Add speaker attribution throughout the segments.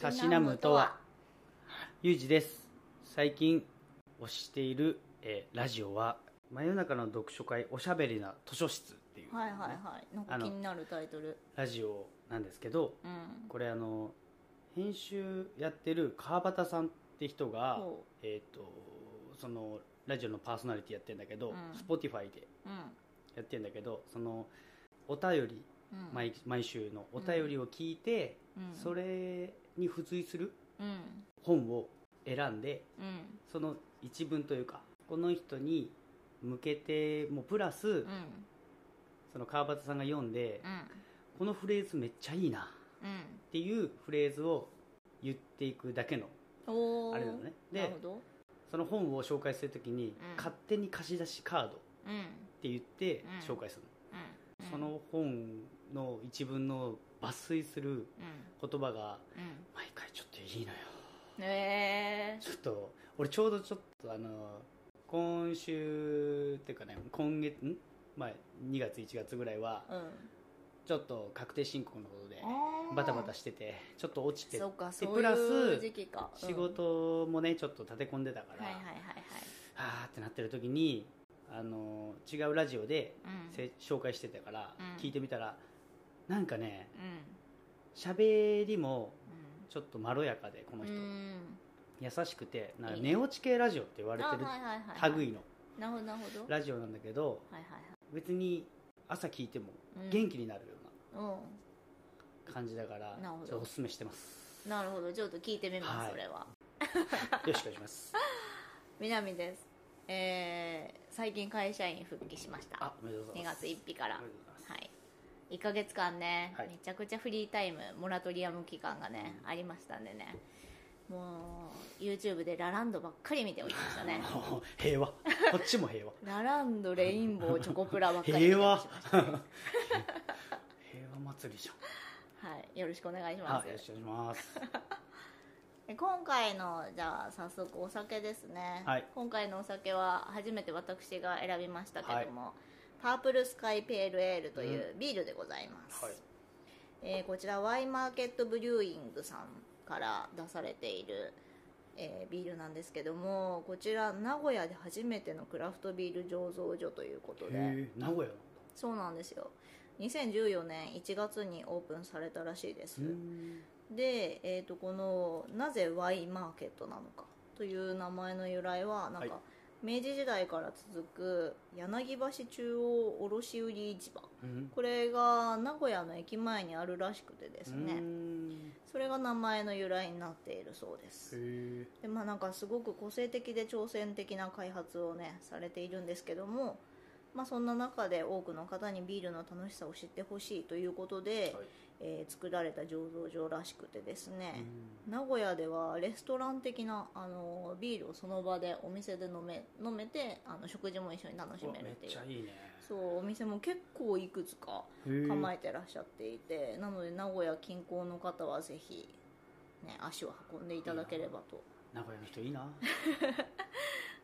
Speaker 1: たしなむとはゆうじです最近推している、えーラジオは真夜中の読書会おしゃべりな図書室っていう、
Speaker 2: はいはいはいなんか
Speaker 1: あの
Speaker 2: 気になるタイトル
Speaker 1: ラジオなんですけど
Speaker 2: うん
Speaker 1: これあの編集やってる川端さんって人が
Speaker 2: ほ
Speaker 1: えっ、とそのラジオのパーソナリティやってんだけど、
Speaker 2: うん
Speaker 1: Spotify で
Speaker 2: うん
Speaker 1: やってんだけどそのお便り
Speaker 2: うん
Speaker 1: 毎毎週のお便りを聞いて、
Speaker 2: うん
Speaker 1: それに付随する
Speaker 2: うん
Speaker 1: 本を選んで
Speaker 2: うん
Speaker 1: その一文というかこの人に向けてもプラス、
Speaker 2: うん
Speaker 1: その川端さんが読んで、
Speaker 2: うん
Speaker 1: このフレーズめっちゃいいな
Speaker 2: うん
Speaker 1: っていうフレーズを言っていくだけの
Speaker 2: おー
Speaker 1: あれだね
Speaker 2: なる
Speaker 1: で
Speaker 2: ほど
Speaker 1: その本を紹介するときに、
Speaker 2: ん
Speaker 1: 勝手に貸し出しカードっ
Speaker 2: うん
Speaker 1: て言って
Speaker 2: うん
Speaker 1: 紹介するの、
Speaker 2: うん
Speaker 1: その本の一文の抜粋する
Speaker 2: うん
Speaker 1: 言葉が
Speaker 2: うん
Speaker 1: 毎回ちょっといいのよ
Speaker 2: ねえ
Speaker 1: ちょっと俺ちょうどちょっとあの今週っていうかね今月んまあ2月1月ぐらいは
Speaker 2: うん
Speaker 1: ちょっと確定申告のことで
Speaker 2: あー
Speaker 1: バタバタしててちょっと落ちて
Speaker 2: そうか
Speaker 1: で
Speaker 2: そう
Speaker 1: プラ
Speaker 2: いう
Speaker 1: ス
Speaker 2: 時期かうん
Speaker 1: 仕事もねちょっと立て込んでたから、
Speaker 2: はいはいはいはい
Speaker 1: あーってなってる時にあの違うラジオで
Speaker 2: うん
Speaker 1: せ紹介してたから、
Speaker 2: うん
Speaker 1: 聞いてみたらなんかね
Speaker 2: うん
Speaker 1: 喋りもちょっとまろやかでこの
Speaker 2: うん
Speaker 1: 人、
Speaker 2: うん
Speaker 1: 優しくてなんか
Speaker 2: いいね
Speaker 1: 寝落ち系ラジオって言われてる
Speaker 2: あはいはいはいはい
Speaker 1: 類の
Speaker 2: なるほどなるほどはい
Speaker 1: ラジオなんだけど
Speaker 2: はいはい
Speaker 1: 別に朝聞いても
Speaker 2: うん
Speaker 1: 元気になるよう
Speaker 2: う
Speaker 1: な感じだから、
Speaker 2: なるほど
Speaker 1: ちょっとおすすめしてま す
Speaker 2: んなるほどちょっと聞いてみます、
Speaker 1: はい
Speaker 2: それは
Speaker 1: よろしくお願いします
Speaker 2: 南ですえー、最近会社員復帰しました
Speaker 1: あおめでとうござい
Speaker 2: 2
Speaker 1: ます
Speaker 2: 月1日から
Speaker 1: おめでとうございます
Speaker 2: はい1ヶ月間ね、
Speaker 1: はい
Speaker 2: めちゃくちゃフリータイムモラトリアム期間がね、ありましたんでねもう YouTube でラランドばっかり見ておりました ね
Speaker 1: もう平和こっちも平和
Speaker 2: ラランドレインボーチョコプラばっかり見て
Speaker 1: 平
Speaker 2: おりま
Speaker 1: 和
Speaker 2: した
Speaker 1: 平和祭りじ
Speaker 2: はいよろしくお願いし
Speaker 1: ゃん
Speaker 2: ま
Speaker 1: はいよろ
Speaker 2: す
Speaker 1: しくお願いします
Speaker 2: で今回のじゃあ早速お酒ですね、
Speaker 1: はい
Speaker 2: 今回のお酒は初めて私が選びましたけども、パープルスカイペールエールというビールでございます、
Speaker 1: はい
Speaker 2: えーこちらワイマーケットブリューイングさんから出されている、えービールなんですけどもこちら名古屋で初めてのクラフトビール醸造所ということで
Speaker 1: へえ名古屋なんだ
Speaker 2: そうなんですよ2014年1月にオープンされたらしいです、で、えー、とこのなぜワイマーケットなのかという名前の由来はなんか、
Speaker 1: は
Speaker 2: 明治時代から続く柳橋中央卸売市場
Speaker 1: うん
Speaker 2: これが名古屋の駅前にあるらしくてですね、
Speaker 1: うん
Speaker 2: それが名前の由来になっているそうです
Speaker 1: へえ
Speaker 2: でまあなんかすごく個性的で挑戦的な開発をねされているんですけどもまあそんな中で多くの方にビールの楽しさを知ってほしいということで、
Speaker 1: はい
Speaker 2: えー作られた醸造所らしくてですね
Speaker 1: う
Speaker 2: 名古屋ではレストラン的なあのビールをその場でお店で飲め飲めてあの食事も一緒に楽し
Speaker 1: うわ
Speaker 2: める
Speaker 1: め
Speaker 2: っ
Speaker 1: って
Speaker 2: い
Speaker 1: ち
Speaker 2: う
Speaker 1: ゃいいね
Speaker 2: そうお店も結構いくつか構えてらっしゃっていてなので名古屋近郊の方はぜひ、ね、足を運んでいただければと
Speaker 1: 名古屋の人いいな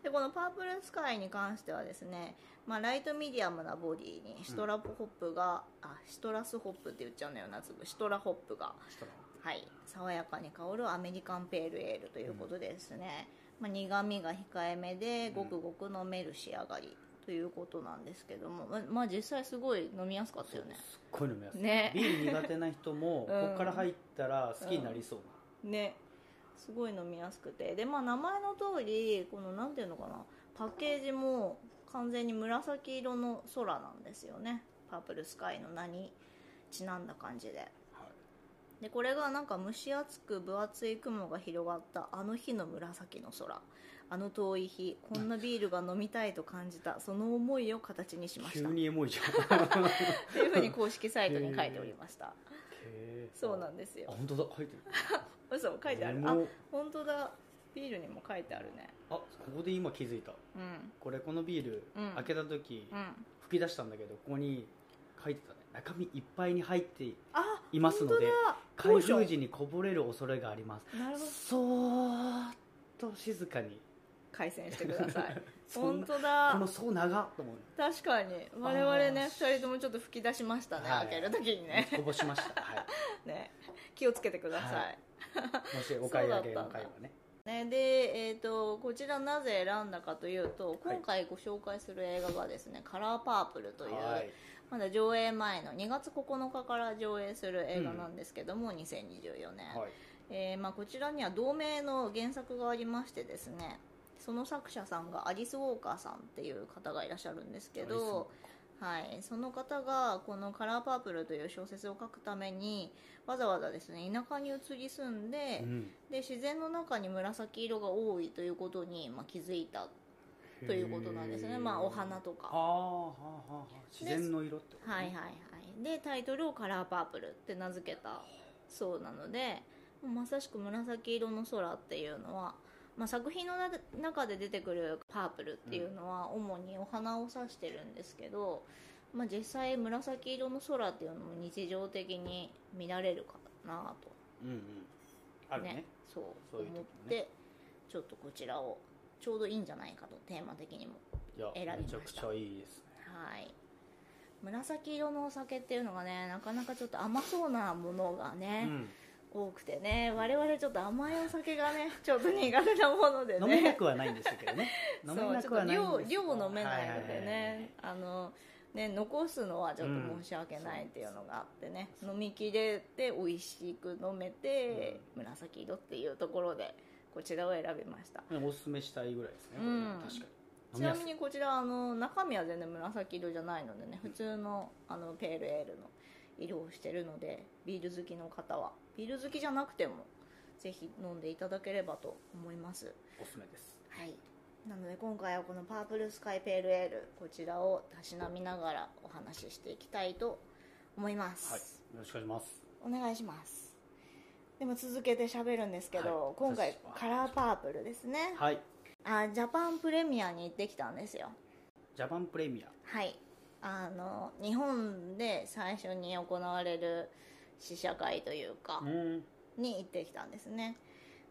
Speaker 2: でこのパープルスカイに関してはですね、まあ、ライトミディアムなボディにシトラホップが、あシトラスホップって言っちゃうんだよなすぐシトラホップが
Speaker 1: そしたら
Speaker 2: はい、爽やかに香るアメリカンペールエールということですね、まあ、苦みが控えめでごくごく飲める仕上がりということなんですけども、ままあ実際すごい飲みやすかったよね
Speaker 1: すっごい飲みやすい
Speaker 2: ね
Speaker 1: ビール苦手な人もここから入ったら好きになりそう
Speaker 2: ねすごい飲みやすくてでまあ名前の通りこのなんていうのかなパッケージも完全に紫色の空なんですよねパープルスカイの名にちなんだ感じで
Speaker 1: なはい
Speaker 2: でこれがなんか蒸し暑く分厚い雲が広がったあの日の紫の空あの遠い日こんなビールが飲みたいと感じたその思いを形にしまし
Speaker 1: 急
Speaker 2: た
Speaker 1: にエモいじゃんへ
Speaker 2: というふうに公式サイトに書いておりました、
Speaker 1: え
Speaker 2: そうなんです
Speaker 1: あ
Speaker 2: よ
Speaker 1: 本当だ入ってる
Speaker 2: 嘘書いてある
Speaker 1: エ
Speaker 2: あ
Speaker 1: モ
Speaker 2: 本当だビールにも書いてあるね
Speaker 1: あここで今気づいた
Speaker 2: うん
Speaker 1: これこのビール、
Speaker 2: うん
Speaker 1: 開けた時、
Speaker 2: うん
Speaker 1: 吹き出したんだけどここに書いてたね中身いっぱいに入って
Speaker 2: あ
Speaker 1: いますので
Speaker 2: 本当だ
Speaker 1: 開封時にこぼれる恐れがあります
Speaker 2: なるほど
Speaker 1: そーっと静かに
Speaker 2: 回線してください
Speaker 1: そ
Speaker 2: 本
Speaker 1: んな
Speaker 2: 当
Speaker 1: こ
Speaker 2: だ
Speaker 1: の「そう長っ」と思う
Speaker 2: 確かに我々ね
Speaker 1: あー
Speaker 2: 2人ともちょっと吹き出しましたね、
Speaker 1: はい
Speaker 2: 開ける時にね
Speaker 1: こぼしましたはい
Speaker 2: ね、気をつけてください、
Speaker 1: はいもしお買い上げの会はね
Speaker 2: ね、で、えー、とこちらなぜ選んだかというと今回ご紹介する映画がですね「カラーパープル」という、
Speaker 1: はい
Speaker 2: まだ上映前の2月9日から上映する映画なんですけども、2024年、
Speaker 1: はい
Speaker 2: えーまあ、こちらには同名の原作がありましてですねその作者さんがアリス・ウォーカーさんっていう方がいらっしゃるんですけど、はい、その方がこの「カラーパープル」という小説を書くためにわざわざですね田舎に移り住んで、
Speaker 1: うん
Speaker 2: で自然の中に紫色が多いということに、まあ、気づいたということなんです
Speaker 1: へ
Speaker 2: ね、
Speaker 1: ー
Speaker 2: まあ、お花と
Speaker 1: あー
Speaker 2: か。
Speaker 1: はあはあはあ自然の色ってことね
Speaker 2: はいはいはい、でタイトルを「カラーパープル」って名付けたそうなのでもうまさしく紫色の空っていうのは、まあ、作品のな中で出てくるパープルっていうのは主にお花を指してるんですけど、まあ、実際紫色の空っていうのも日常的に見られるかなと
Speaker 1: うんうんあるね
Speaker 2: そう
Speaker 1: そういう時も
Speaker 2: 思っ
Speaker 1: ね
Speaker 2: て、ちょっとこちらをちょうどいいんじゃないかとテーマ的にも
Speaker 1: いや
Speaker 2: 選びま
Speaker 1: め
Speaker 2: し
Speaker 1: ち
Speaker 2: た
Speaker 1: ゃくちゃいいですね
Speaker 2: はい紫色のお酒っていうのがねなかなかちょっと甘そうなものが
Speaker 1: う
Speaker 2: ね、
Speaker 1: ん
Speaker 2: 多くてね我々ちょっと甘いお酒がね ちょっと苦手なものでね
Speaker 1: 飲めなくはないんですけどね
Speaker 2: そ
Speaker 1: 飲
Speaker 2: う
Speaker 1: めな
Speaker 2: ち
Speaker 1: く
Speaker 2: ょっ
Speaker 1: は
Speaker 2: と
Speaker 1: ないん
Speaker 2: 量
Speaker 1: です
Speaker 2: 量飲めないので
Speaker 1: はいはいはいはい
Speaker 2: ね、あのね残すのはちょっと申し訳ないっていうのがあってね、飲みきれて美味しく飲めて、紫色っていうところでこちらを選びました
Speaker 1: でもおすすめしたいぐらいですね、これ
Speaker 2: う
Speaker 1: ね
Speaker 2: ん
Speaker 1: 確かに
Speaker 2: ちなみにこちらあの中身は全然紫色じゃないのでね普通のあのペールエールの色をしてるのでビール好きの方はビール好きじゃなくてもぜひ飲んでいただければと思います
Speaker 1: おすすめです
Speaker 2: はいなので今回はこのパープルスカイペールエールこちらをたしなみながらお話ししていきたいと思います、
Speaker 1: はいよろしくお願いします
Speaker 2: お願いしますでも続けて喋るんですけど、
Speaker 1: はい
Speaker 2: 今回
Speaker 1: 私は
Speaker 2: カラーパープルですね、
Speaker 1: はい
Speaker 2: あジャパンプレミアに行ってきたんですよ
Speaker 1: ジャパンプレミア
Speaker 2: はいあの日本で最初に行われる試写会というか、
Speaker 1: うん
Speaker 2: に行ってきたんですね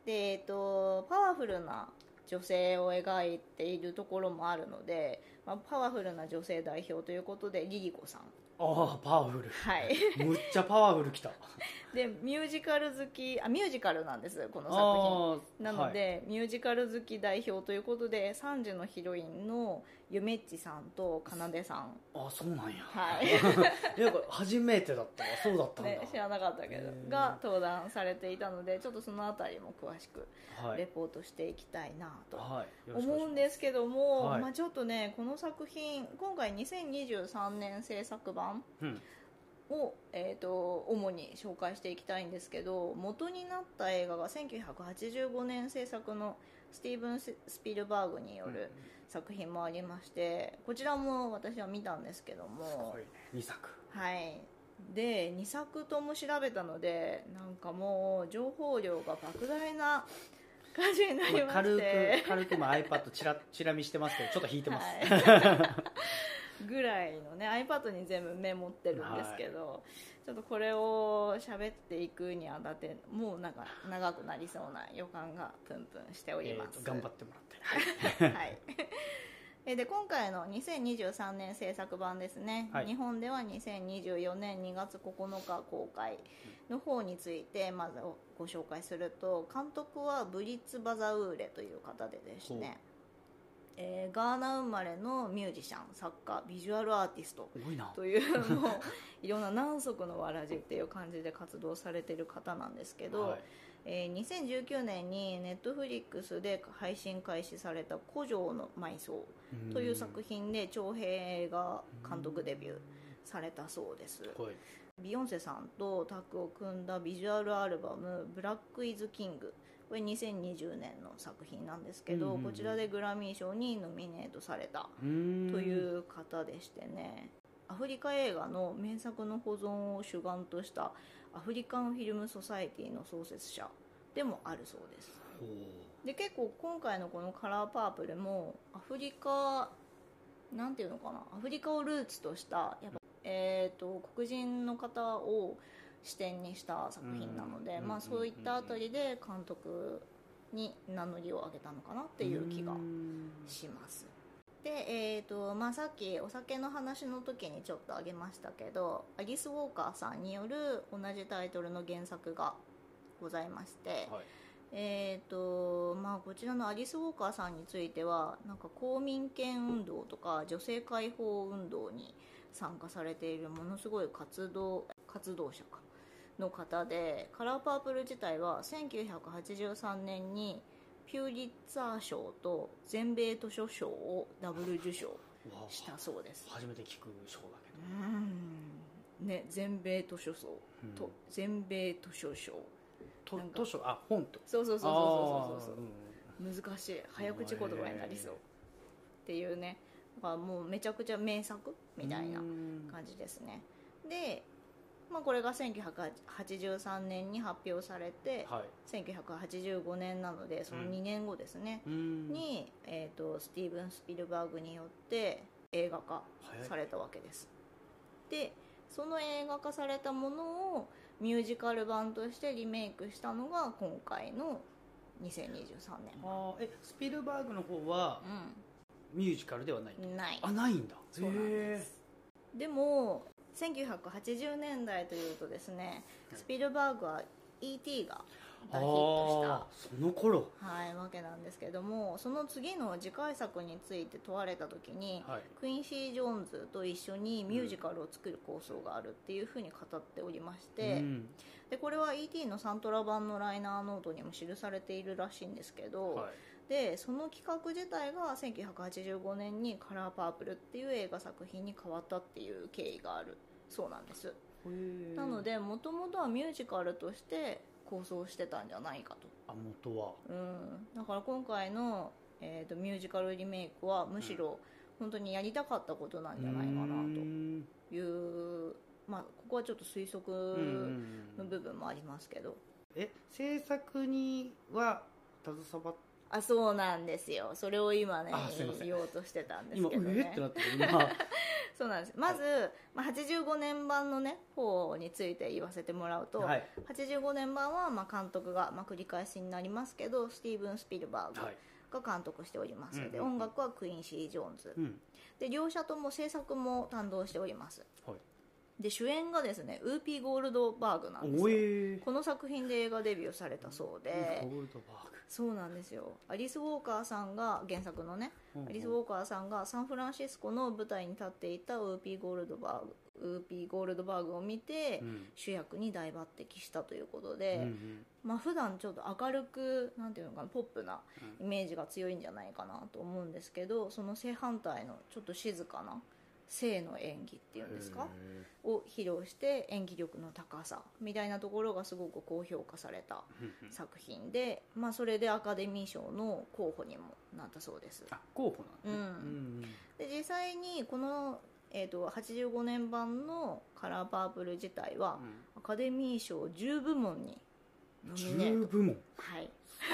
Speaker 2: で、えっと、パワフルな女性を描いているところもあるので、まあ、パワフルな女性代表ということでリリコさん
Speaker 1: ああパワフル
Speaker 2: はい
Speaker 1: むっちゃパワフルきた
Speaker 2: でミュージカル好きあミュージカルなんですこの作品
Speaker 1: ああ
Speaker 2: なの、で、ミュージカル好き代表ということで3時のヒロインのゆめっちさんとかなでさん
Speaker 1: はい、ああそうなんや
Speaker 2: はい
Speaker 1: いやこれ初めてだったわそうだったんだ、
Speaker 2: ね、知らなかったけど
Speaker 1: へー
Speaker 2: が登壇されていたのでちょっとその辺りも詳しく
Speaker 1: はい
Speaker 2: レポートしていきたいなと
Speaker 1: はいよろしくお願いします
Speaker 2: 思うんですけども、
Speaker 1: はい
Speaker 2: まあ、ちょっとねこの作品今回2023年制作版
Speaker 1: うん
Speaker 2: を、えー、と主に紹介していきたいんですけど元になった映画が1985年制作のスティーブン・スピルバーグによる作品もありましてこちらも私は見たんですけども。
Speaker 1: すごいね2作
Speaker 2: はいで2作とも調べたのでなんかもう情報量が莫大な感じになり
Speaker 1: ま
Speaker 2: ま
Speaker 1: あ
Speaker 2: し
Speaker 1: 軽く
Speaker 2: て、
Speaker 1: 軽くまあ iPad チラチラ見してますけどちょっと引いてます、
Speaker 2: はい、ぐらいのね iPad に全部メモってるんですけど、ちょっとこれを喋っていくにあたってもうなんか長くなりそうな予感がプンプンしており
Speaker 1: え
Speaker 2: ま
Speaker 1: ーと
Speaker 2: す、
Speaker 1: 頑張ってもらってはい
Speaker 2: はい、 えーで今回の2023年制作版ですね、
Speaker 1: はい
Speaker 2: 日本では2024年2月9日公開の方についてまずご紹介すると監督はブリッツ・バザウーレという方でですね、えーガーナ生まれのミュージシャン作家ビジュアルアーティスト
Speaker 1: 多いな
Speaker 2: という もういろんな何足のわらじっていう感じで活動されてる方なんですけど、
Speaker 1: はい
Speaker 2: えー2019年にネットフリックスで配信開始された「古城の埋葬」という作品で長編映画監督デビューされたそうです
Speaker 1: うんはい
Speaker 2: ビヨンセさんとタッグを組んだビジュアルアルバム「ブラック・イズ・キング」これ2020年の作品なんですけど、
Speaker 1: うんうんう
Speaker 2: こ
Speaker 1: ん
Speaker 2: ちらでグラミー賞にノミネートされた
Speaker 1: うーん
Speaker 2: という方でしてねアフリカ映画の名作の保存を主眼としたアフリカンフィルム・ソサエティの創設者でもあるそうです
Speaker 1: ほ
Speaker 2: で結構今回のこの「カラーパープル」もアフリカなんていうのかなアフリカをルーツとしたやっぱ、えー、と黒人の方を視点にした作品なので、
Speaker 1: うん
Speaker 2: ま
Speaker 1: うん
Speaker 2: あ、そういったあたりで監督に名乗りを上げたのかなっていう気が
Speaker 1: うーん
Speaker 2: しますで、えーとまあ、さっきお酒の話の時にちょっとあげましたけどアリス・ウォーカーさんによる同じタイトルの原作がございまして、
Speaker 1: はい
Speaker 2: えーとまあ、こちらのアリス・ウォーカーさんについてはなんか公民権運動とか女性解放運動に参加されているものすごい活動活動者かの方でカラーパープル自体は1983年にピューリッツァー賞と全米図書賞をダブル受賞
Speaker 1: うわ
Speaker 2: したそうです
Speaker 1: 初めて聞く賞だけど
Speaker 2: うーんね全米図書賞と、
Speaker 1: うん
Speaker 2: 全米図書賞
Speaker 1: と
Speaker 2: なんか
Speaker 1: 図書あ本と
Speaker 2: そうそうそうそうそうそうそう
Speaker 1: あーん
Speaker 2: 難しい早口言葉になりそうっていうねだからもうめちゃくちゃ名作みたいな
Speaker 1: うん
Speaker 2: 感じですねで、まあ、これが1983年に発表されて
Speaker 1: はい
Speaker 2: 1985年なのでその
Speaker 1: うん
Speaker 2: 2年後ですね、
Speaker 1: うん
Speaker 2: に、えー、とスティーブン・スピルバーグによって映画化
Speaker 1: 早い
Speaker 2: されたわけですでその映画化されたものをミュージカル版としてリメイクしたのが今回の2023年版
Speaker 1: あーえスピルバーグの方はミュージカルではない
Speaker 2: うんない
Speaker 1: あないんだ
Speaker 2: そうなんで
Speaker 1: へ
Speaker 2: すでも1980年代というとですねスピルバーグは E.T. が
Speaker 1: ー
Speaker 2: 大ヒットした
Speaker 1: あーその頃
Speaker 2: はい、わけなんですけどもその次の次回作について問われた時に、
Speaker 1: はい
Speaker 2: クインシー・ジョーンズと一緒にミュージカルを作る構想があるっていうふうに語っておりまして、
Speaker 1: うん
Speaker 2: でこれは E.T. のサントラ版のライナーノートにも記されているらしいんですけど、
Speaker 1: はい
Speaker 2: でその企画自体が1985年に「カラーパープル」っていう映画作品に変わったっていう経緯があるそうなんです、なのでもともとはミュージカルとして構想してたんじゃないかと
Speaker 1: あ元は
Speaker 2: うん、だから今回の、えー、とミュージカルリメイクはむしろ本当にやりたかったことなんじゃないかな
Speaker 1: うーん
Speaker 2: という、まあ、ここはちょっと推
Speaker 1: うんうん
Speaker 2: 測
Speaker 1: う
Speaker 2: の
Speaker 1: ん
Speaker 2: 部分もありますけど、
Speaker 1: え制作には携わっ
Speaker 2: あそうなんですよそれを今ね
Speaker 1: あすいません
Speaker 2: 言おうとしてたんです
Speaker 1: 今
Speaker 2: けど、
Speaker 1: うえっ
Speaker 2: ね
Speaker 1: て、なってる 今
Speaker 2: そうなんですまず、まあ、85年版のね方について言わせてもらうと、
Speaker 1: はい
Speaker 2: 85年版はまあ監督が、まあ、繰り返しになりますけどスティーブン・スピルバーグ
Speaker 1: はい
Speaker 2: が監督しております、で
Speaker 1: うんうんうん
Speaker 2: 音楽はクイン・シー・ジョーンズ、
Speaker 1: うん
Speaker 2: で両者とも制作も担当しております
Speaker 1: はい
Speaker 2: で主演がですねウーピー・ゴールドバーグなんです
Speaker 1: お
Speaker 2: よ
Speaker 1: え
Speaker 2: この作品で映画デビューされたそうで
Speaker 1: ゴールドバーグ
Speaker 2: そうなんですよアリス・ウォーカーさんが原作のね
Speaker 1: うん
Speaker 2: アリス・ウォーカーさんがサンフランシスコの舞台に立っていたウーピー・ゴールドバーグウーピー・ゴールドバーグを見て
Speaker 1: うん
Speaker 2: 主役に大抜擢したということ
Speaker 1: う
Speaker 2: で、
Speaker 1: んうん
Speaker 2: まあ普段ちょっと明るくなんていうのかなポップな
Speaker 1: う
Speaker 2: イメージが強いんじゃないかなと思うんですけどその正反対のちょっと静かな性の演技っていうんですか
Speaker 1: へ
Speaker 2: を披露して演技力の高さみたいなところがすごく高評価された
Speaker 1: ーうんうん
Speaker 2: 作品で、まあ、それでアカデミー賞の候補にもなったそうです
Speaker 1: あ候補なんだ
Speaker 2: う
Speaker 1: ね
Speaker 2: ん
Speaker 1: うん
Speaker 2: で実際にこの、えー、と85年版の「カラーパープル」自体はアカデミー賞10部門にノミネ
Speaker 1: 10
Speaker 2: ート
Speaker 1: 部門
Speaker 2: はい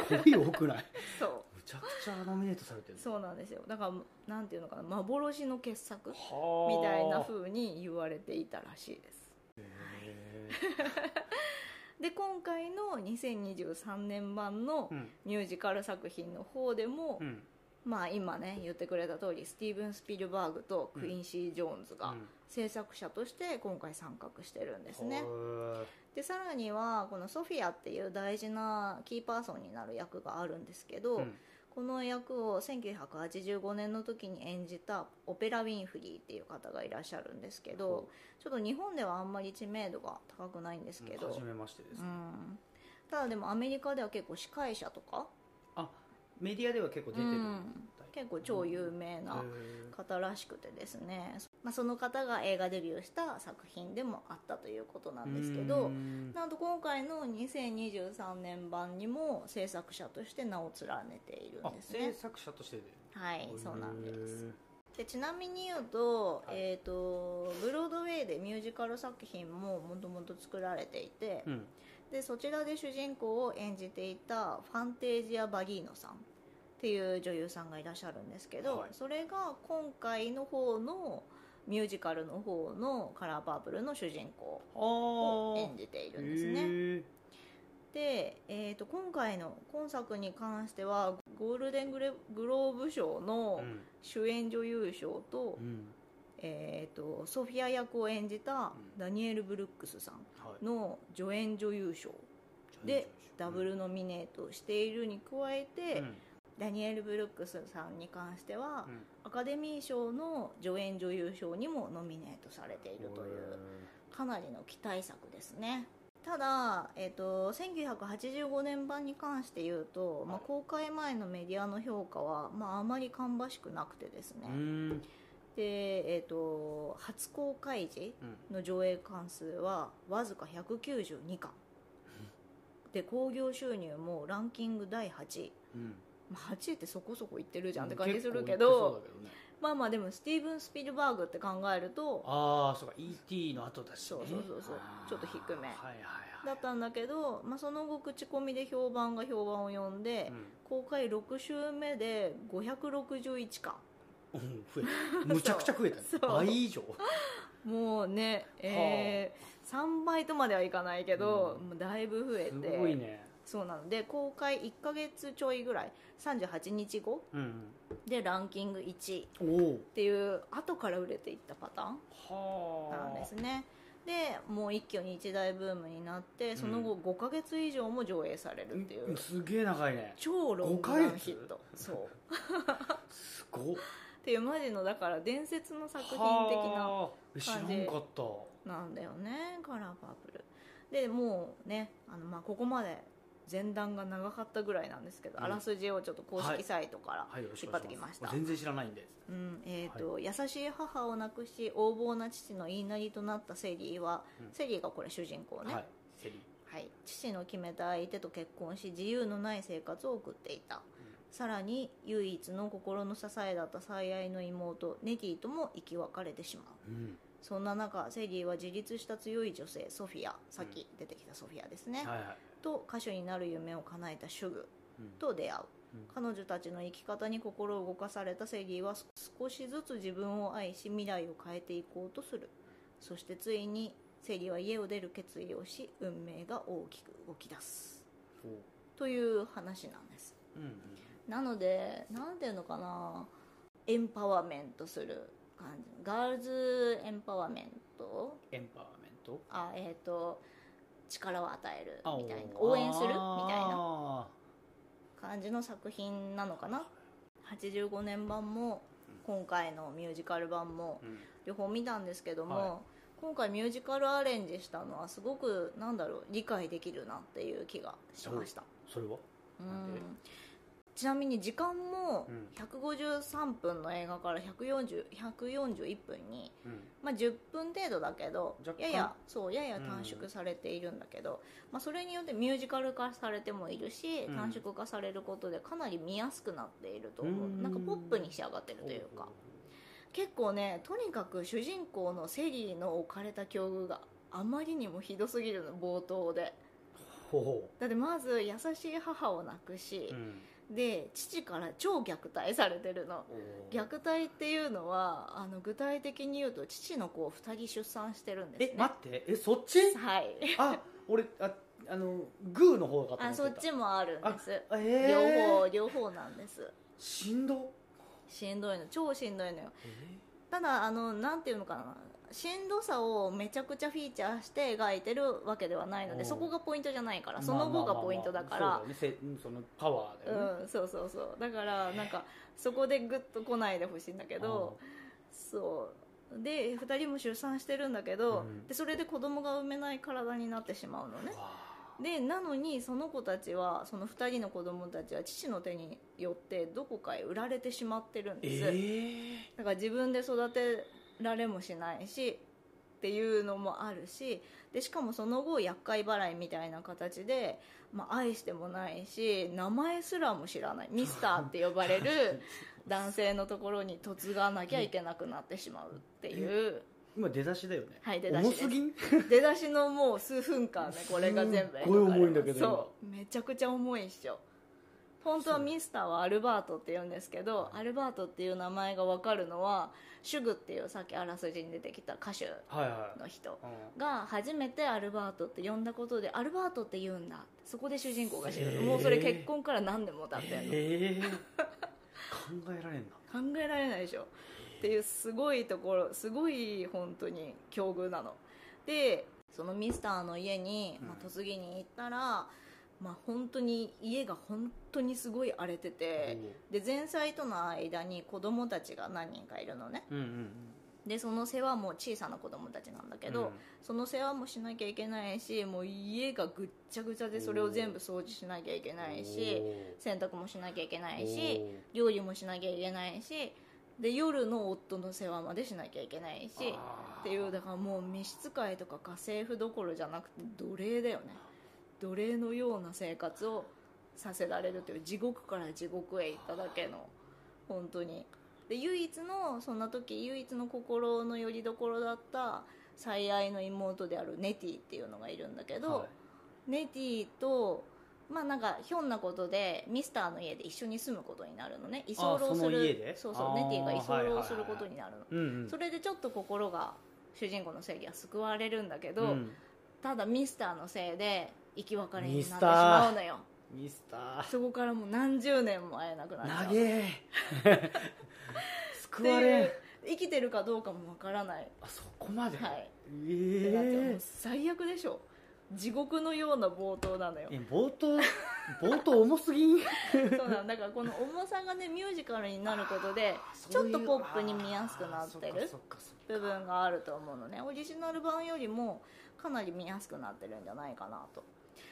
Speaker 1: すごい多くない
Speaker 2: そう
Speaker 1: むちゃくちゃノミネートされてる
Speaker 2: そうなんですよだからなんていうのかな幻の傑作み
Speaker 1: はあ
Speaker 2: たいな風に言われていたらしいです
Speaker 1: へ
Speaker 2: で今回の2023年版の
Speaker 1: ーうん
Speaker 2: ミュージカル作品の方でも、
Speaker 1: うん
Speaker 2: まあ今ね言ってくれた通りスティーブン・スピルバーグとクインシー・ジョーンズが
Speaker 1: うん
Speaker 2: 制作者として今回参画してるんですね、
Speaker 1: へー
Speaker 2: でさらにはこのソフィアっていう大事なキーパーソンになる役があるんですけど、
Speaker 1: うん
Speaker 2: この役を1985年の時に演じたオペラ・ウィンフリーっていう方がいらっしゃるんですけど
Speaker 1: ほ
Speaker 2: ちょっと日本ではあんまり知名度が高くないんですけど、
Speaker 1: 初めましてです
Speaker 2: うんただでもアメリカでは結構司会者とか
Speaker 1: あメディアでは結構出てる
Speaker 2: うん結構超有名な方らしくてですね、まあ、その方が映画デビューした作品でもあったということなんですけど、なんと今回の2023年版にも制作者として名を連ねている
Speaker 1: あ
Speaker 2: んです
Speaker 1: 制
Speaker 2: ね
Speaker 1: 作者としてで
Speaker 2: はいそうなんです
Speaker 1: へー
Speaker 2: でちなみに言うと,、
Speaker 1: はい
Speaker 2: えー、とブロードウェイでミュージカル作品ももともと作られていて、
Speaker 1: うん
Speaker 2: でそちらで主人公を演じていたファンテージア・バギーノさんっていう女優さんがいらっしゃるんですけど、
Speaker 1: はい
Speaker 2: それが今回の方のミュージカルの方のカラーパープルの主人公
Speaker 1: あ
Speaker 2: を
Speaker 1: ー
Speaker 2: 演じているんですね。
Speaker 1: へー
Speaker 2: で、えー、と今回の今作に関してはゴールデングレグローブ賞
Speaker 1: う
Speaker 2: の
Speaker 1: ん
Speaker 2: 主演女優賞と,、
Speaker 1: うん
Speaker 2: えー、とソフィア役を演じた
Speaker 1: うん
Speaker 2: ダニエル・ブルックスさん
Speaker 1: はい
Speaker 2: の助演女優賞
Speaker 1: へ
Speaker 2: でダブルノミネートしているに加えて、
Speaker 1: うん
Speaker 2: ダニエル・ブルックスさんに関しては、
Speaker 1: うん
Speaker 2: アカデミー賞の助演女優賞にもノミネートされているというかなりの期待作ですねただ、えっと1985年版に関して言うと、まあ、公開前のメディアの評価は、まあ、あまり芳しくなくてですね、
Speaker 1: うーんうん
Speaker 2: で、えっと初公開時の上映関数はわずか192巻で興行収入もランキング第8位
Speaker 1: うん
Speaker 2: まあ8位ってそこそこいってるじゃんって感
Speaker 1: う
Speaker 2: じ
Speaker 1: ん
Speaker 2: するけ
Speaker 1: 結構い
Speaker 2: ど
Speaker 1: ってそうだけね
Speaker 2: まあまあでもスティーブン・スピルバーグって考えると
Speaker 1: ああそうか ET の後だし、ね、
Speaker 2: そうそうそうそう
Speaker 1: あー
Speaker 2: ちょっと低め
Speaker 1: はいはいはい
Speaker 2: だったんだけど、まあ、その後口コミで評判が評判を呼んで、公開6週目で561巻
Speaker 1: うん、うん、増え たむちゃくちゃ増えたね
Speaker 2: そう
Speaker 1: 倍以上
Speaker 2: もうね、えー3倍とまではいかないけど、もうだいぶ増え
Speaker 1: す
Speaker 2: て
Speaker 1: ごいね
Speaker 2: そうなので公開1か月ちょいぐらい38日後
Speaker 1: うん
Speaker 2: でランキング1位
Speaker 1: うんお
Speaker 2: っていう後から売れていったパターン
Speaker 1: おはあ
Speaker 2: なんですねでもう一挙に一大ブームになってその後5か月以上も上映されるっていう、
Speaker 1: んすげえ長いね
Speaker 2: 超ロングランヒットそう
Speaker 1: すごっ
Speaker 2: っていうマジのだから伝説の作品的な
Speaker 1: はあえ知らんかった
Speaker 2: なんだよねカラーパープルでもうねあのまあここまで前段が長かったぐらいなんですけど、
Speaker 1: うん
Speaker 2: あらすじをちょっと公式サイトから
Speaker 1: はいよろし
Speaker 2: 引
Speaker 1: く
Speaker 2: っ
Speaker 1: お
Speaker 2: 張
Speaker 1: 願
Speaker 2: っ
Speaker 1: い
Speaker 2: てき
Speaker 1: しま
Speaker 2: ますした、
Speaker 1: 全然知らないんで
Speaker 2: うんえーと優しい母を亡くし横暴な父の言いなりとなったセリーは、
Speaker 1: うん
Speaker 2: セリーがこれ主人公ね、
Speaker 1: はいセリ
Speaker 2: はい、父の決めた相手と結婚し自由のない生活を送っていた、さらに唯一の心の支えだった最愛の妹ネティとも生き別れてしまう
Speaker 1: うん
Speaker 2: そんな中セリーは自立した強い女性ソフィアさっき出てきたソフィアですね、
Speaker 1: はいはい
Speaker 2: と歌手になる夢を叶えたシュグ
Speaker 1: うん
Speaker 2: と出会う、
Speaker 1: うん
Speaker 2: 彼女たちの生き方に心を動かされたセリーは少しずつ自分を愛し未来を変えていこうとするそしてついにセリーは家を出る決意をし運命が大きく動き出す
Speaker 1: おう
Speaker 2: という話なんです
Speaker 1: うんうん
Speaker 2: なので何ていうのかなエンパワメントする感じガールズエンパワメント
Speaker 1: エンパワーメント
Speaker 2: あえっ、と力を与える
Speaker 1: あ
Speaker 2: みたいな
Speaker 1: おう
Speaker 2: 応援するみたいな
Speaker 1: あ
Speaker 2: 感じの作品なのかな85年版も今回のミュージカル版も
Speaker 1: ーうん
Speaker 2: 両方見たんですけども、
Speaker 1: は
Speaker 2: 今回ミュージカルアレンジしたのはすごくなんだろう理解できるなっていう気がしました
Speaker 1: それは
Speaker 2: うん
Speaker 1: なんで
Speaker 2: ちなみに時間も
Speaker 1: うん
Speaker 2: 153分の映画から140 141分に、
Speaker 1: うん
Speaker 2: まあ、10分程度だけど
Speaker 1: 若干
Speaker 2: ややそうやや短縮されているんだけど、まあ、それによってミュージカル化されてもいるし、
Speaker 1: うん
Speaker 2: 短縮化されることでかなり見やすくなっていると思う
Speaker 1: うん
Speaker 2: なんかポップに仕上がってるというか結構ねとにかく主人公のセリーの置かれた境遇があまりにもひどすぎるの冒頭で
Speaker 1: ほうほ
Speaker 2: だってまず優しい母を亡くし
Speaker 1: う、うん
Speaker 2: で父から超虐待されてるの
Speaker 1: おう
Speaker 2: 虐待っていうのはあの具体的に言うと父の子を2人出産してるんですね
Speaker 1: え待ってえそっち
Speaker 2: はい
Speaker 1: あ俺ああのグーの方かと思
Speaker 2: あ
Speaker 1: ってた
Speaker 2: そっちもあるんです、
Speaker 1: えー
Speaker 2: 両方両方なんです
Speaker 1: しんど
Speaker 2: しんどいの超しんどいのよ
Speaker 1: え
Speaker 2: ただあのなんていうのかなしんどさをめちゃくちゃフィーチャーして描いてるわけではないの
Speaker 1: お
Speaker 2: で
Speaker 1: う
Speaker 2: そこがポイントじゃないから
Speaker 1: ー
Speaker 2: その後がポイントだから、
Speaker 1: まあまあまあそうだよねせうんそのパワーだよね
Speaker 2: うん、そうそうそうだからなんかそこでグッと来ないでほしいんだけどそうで2人も出産してるんだけど、
Speaker 1: うん
Speaker 2: でそれで子供が産めない体になってしまうのね
Speaker 1: うわ
Speaker 2: でなのにその子たちはその2人の子供たちは父の手によってどこかへ売られてしまってるん
Speaker 1: ーえ
Speaker 2: です、
Speaker 1: ー
Speaker 2: だから自分で育てられもしないしっていうのもあるしでしかもその後厄介払いみたいな形で、まあ、愛してもないし名前すらも知らないミスターって呼ばれ る男性のところに嫁がなきゃいけなくなってしまうっていう
Speaker 1: 今出だしだよね
Speaker 2: はい出だしです
Speaker 1: 重すぎん
Speaker 2: 出だしのもう数分間ねこれが全部
Speaker 1: すっごい重いんだけど
Speaker 2: そうめちゃくちゃ重いっしょ本当はミスターはアルバートって言うんですけどアルバートっていう名前が分かるのはシュグっていうさっきあらすじに出てきた歌手
Speaker 1: はいはい
Speaker 2: の人
Speaker 1: うん
Speaker 2: が初めてアルバートって呼んだことでアルバートって言うんだってそこで主人公が知
Speaker 1: へ
Speaker 2: る
Speaker 1: ー
Speaker 2: もうそれ結婚から何年も経ってんの、
Speaker 1: えー考えられんな
Speaker 2: 考えられないでしょっていうすごいところすごい本当に境遇なのでそのミスターの家に、まあ
Speaker 1: うん
Speaker 2: 嫁ぎに行ったらまあ、本当に家が本当にすごい荒れてて、で前妻との間に子供たちが何人かいるのね
Speaker 1: うんうんうん
Speaker 2: でその世話も小さな子供たちなんだけど、その世話もしなきゃいけないしもう家がぐっちゃぐちゃでそれを全部掃除しなきゃいけないし洗濯もしなきゃいけないし料理もしなきゃいけないしで夜の夫の世話までしなきゃいけないしっていうだからもう召使いとか家政婦どころじゃなくて奴隷だよね奴隷のような生活をさせられるという地獄から地獄へ行っただけの本当にで唯一のそんな時唯一の心の拠り所だった最愛の妹であるネティっていうのがいるんだけど、ネティとまあなんかひょんなことでミスターの家で一緒に住むことになるのね居候す
Speaker 1: その家
Speaker 2: る
Speaker 1: で
Speaker 2: そう
Speaker 1: あ
Speaker 2: そう
Speaker 1: ー
Speaker 2: ネティが居
Speaker 1: はいはいは
Speaker 2: 候
Speaker 1: い
Speaker 2: することになるの、
Speaker 1: うんうん
Speaker 2: それでちょっと心が主人公の正義は救われるんだけど、
Speaker 1: うん
Speaker 2: ただミスターのせいで生き別れになってし
Speaker 1: ミスター
Speaker 2: まうのよ
Speaker 1: ミスタ
Speaker 2: そこからもう何十年も会えなくなっちゃう
Speaker 1: ー投げ
Speaker 2: っ
Speaker 1: 救
Speaker 2: て
Speaker 1: われ
Speaker 2: い
Speaker 1: ん
Speaker 2: う生きてるかどうかもわからない、
Speaker 1: あそこまで、
Speaker 2: はい
Speaker 1: え
Speaker 2: だっても
Speaker 1: え
Speaker 2: う最悪でしょ地獄のような冒頭なのよ
Speaker 1: え冒頭 冒頭重すぎん
Speaker 2: そうなんだからこの重さがねミュージカルになることでちょっとポップに見やすくなってる
Speaker 1: そっかそっか
Speaker 2: 部分があると思うのねオリジナル版よりもかなり見やすくなってるんじゃないかなと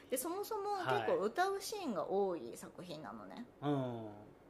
Speaker 2: でそもそも
Speaker 1: はい
Speaker 2: 結構歌うシーンが多い作品なのね、
Speaker 1: そっかうん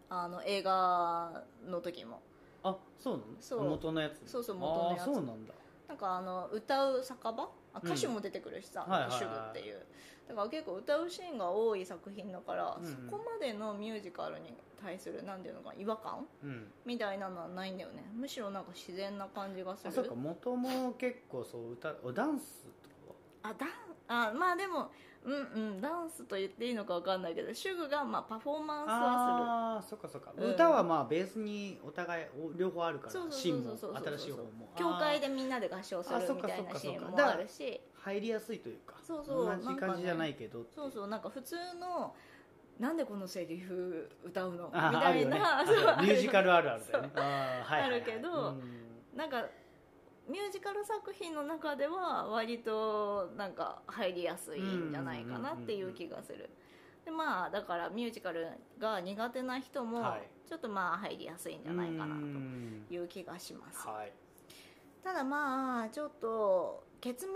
Speaker 2: あの映画の時も
Speaker 1: あそうなの
Speaker 2: そう
Speaker 1: 元のやつ
Speaker 2: そうそう元のやつ
Speaker 1: あーそうなんだ
Speaker 2: なんかあの歌う酒場あ
Speaker 1: うん
Speaker 2: 歌手も出てくるしさ、
Speaker 1: はいはいはい
Speaker 2: 主婦っていうだから結構歌うシーンが多い作品だから、
Speaker 1: うんうん
Speaker 2: そこまでのミュージカルに対するなんていうのかな違和感
Speaker 1: うん
Speaker 2: みたいなのはないんだよねむしろなんか自然な感じがす
Speaker 1: あ
Speaker 2: る
Speaker 1: そっか元も結構そう歌おダンスとか
Speaker 2: あダンあまあでもうんうんダンスと言っていいのかわかんないけど主婦がまあパフォーマンスは
Speaker 1: ああーそっかそっか、
Speaker 2: うん
Speaker 1: 歌はまあベースにお互いお両方あるから
Speaker 2: そうそうそうそう
Speaker 1: シーンも
Speaker 2: そうそうそう
Speaker 1: 新しい方も
Speaker 2: する教会
Speaker 1: で
Speaker 2: でみんなで合唱す
Speaker 1: あそ
Speaker 2: るみ
Speaker 1: っか
Speaker 2: た
Speaker 1: そ
Speaker 2: いな
Speaker 1: っか
Speaker 2: シ
Speaker 1: そっか
Speaker 2: ーンも
Speaker 1: だ
Speaker 2: あるし
Speaker 1: 入りやすいというか
Speaker 2: そうそう
Speaker 1: 同じ感じじゃないけど
Speaker 2: そうそうなんか普通のなんでこのセリフ歌うのみ
Speaker 1: あー
Speaker 2: たいな、
Speaker 1: ある
Speaker 2: そ
Speaker 1: よ
Speaker 2: う
Speaker 1: ねあるミュージカルあるあるだよねあーはいはいはい
Speaker 2: あるけど
Speaker 1: うん
Speaker 2: なんかミュージカル作品の中では割となんか入りやすいんじゃないかなっていう気がするでまあだからミュージカルが苦手な人も
Speaker 1: はい
Speaker 2: ちょっとまあ入りやすいんじゃないかな
Speaker 1: うん
Speaker 2: という気がします
Speaker 1: はい
Speaker 2: ただまあちょっと結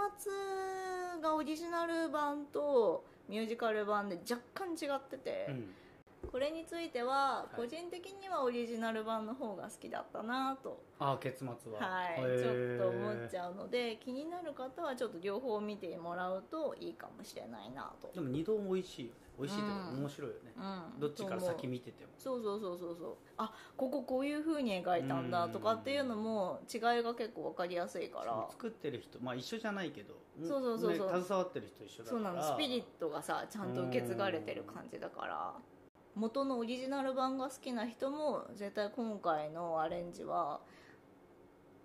Speaker 2: 末がオリジナル版とミュージカル版で若干違ってて、
Speaker 1: うん
Speaker 2: これについてはい個人的にはオリジナル版の方が好きだったなと
Speaker 1: あー結末は
Speaker 2: はい、ちょっと思っち
Speaker 1: ゃ
Speaker 2: ゃうので気になる方はちょっと両方見てもらうといいかもしれないなと
Speaker 1: でも二度も美味しいよね美味しいというか
Speaker 2: うん
Speaker 1: 面白いよね、
Speaker 2: うん
Speaker 1: どっちから
Speaker 2: と思う
Speaker 1: 先見てても
Speaker 2: そうそうそうそうそうあこここういう風に描いたんだとかっていうのも違いが結構分かりやすいか
Speaker 1: そ
Speaker 2: ら
Speaker 1: の作ってる人まあ一緒じゃないけど
Speaker 2: そうそうそうそう
Speaker 1: ね携わってる人一緒だ
Speaker 2: そう
Speaker 1: か
Speaker 2: な
Speaker 1: ら
Speaker 2: のスピリットがさちゃんと受け継がれてる感じだから元のオリジナル版が好きな人も絶対今回のアレンジは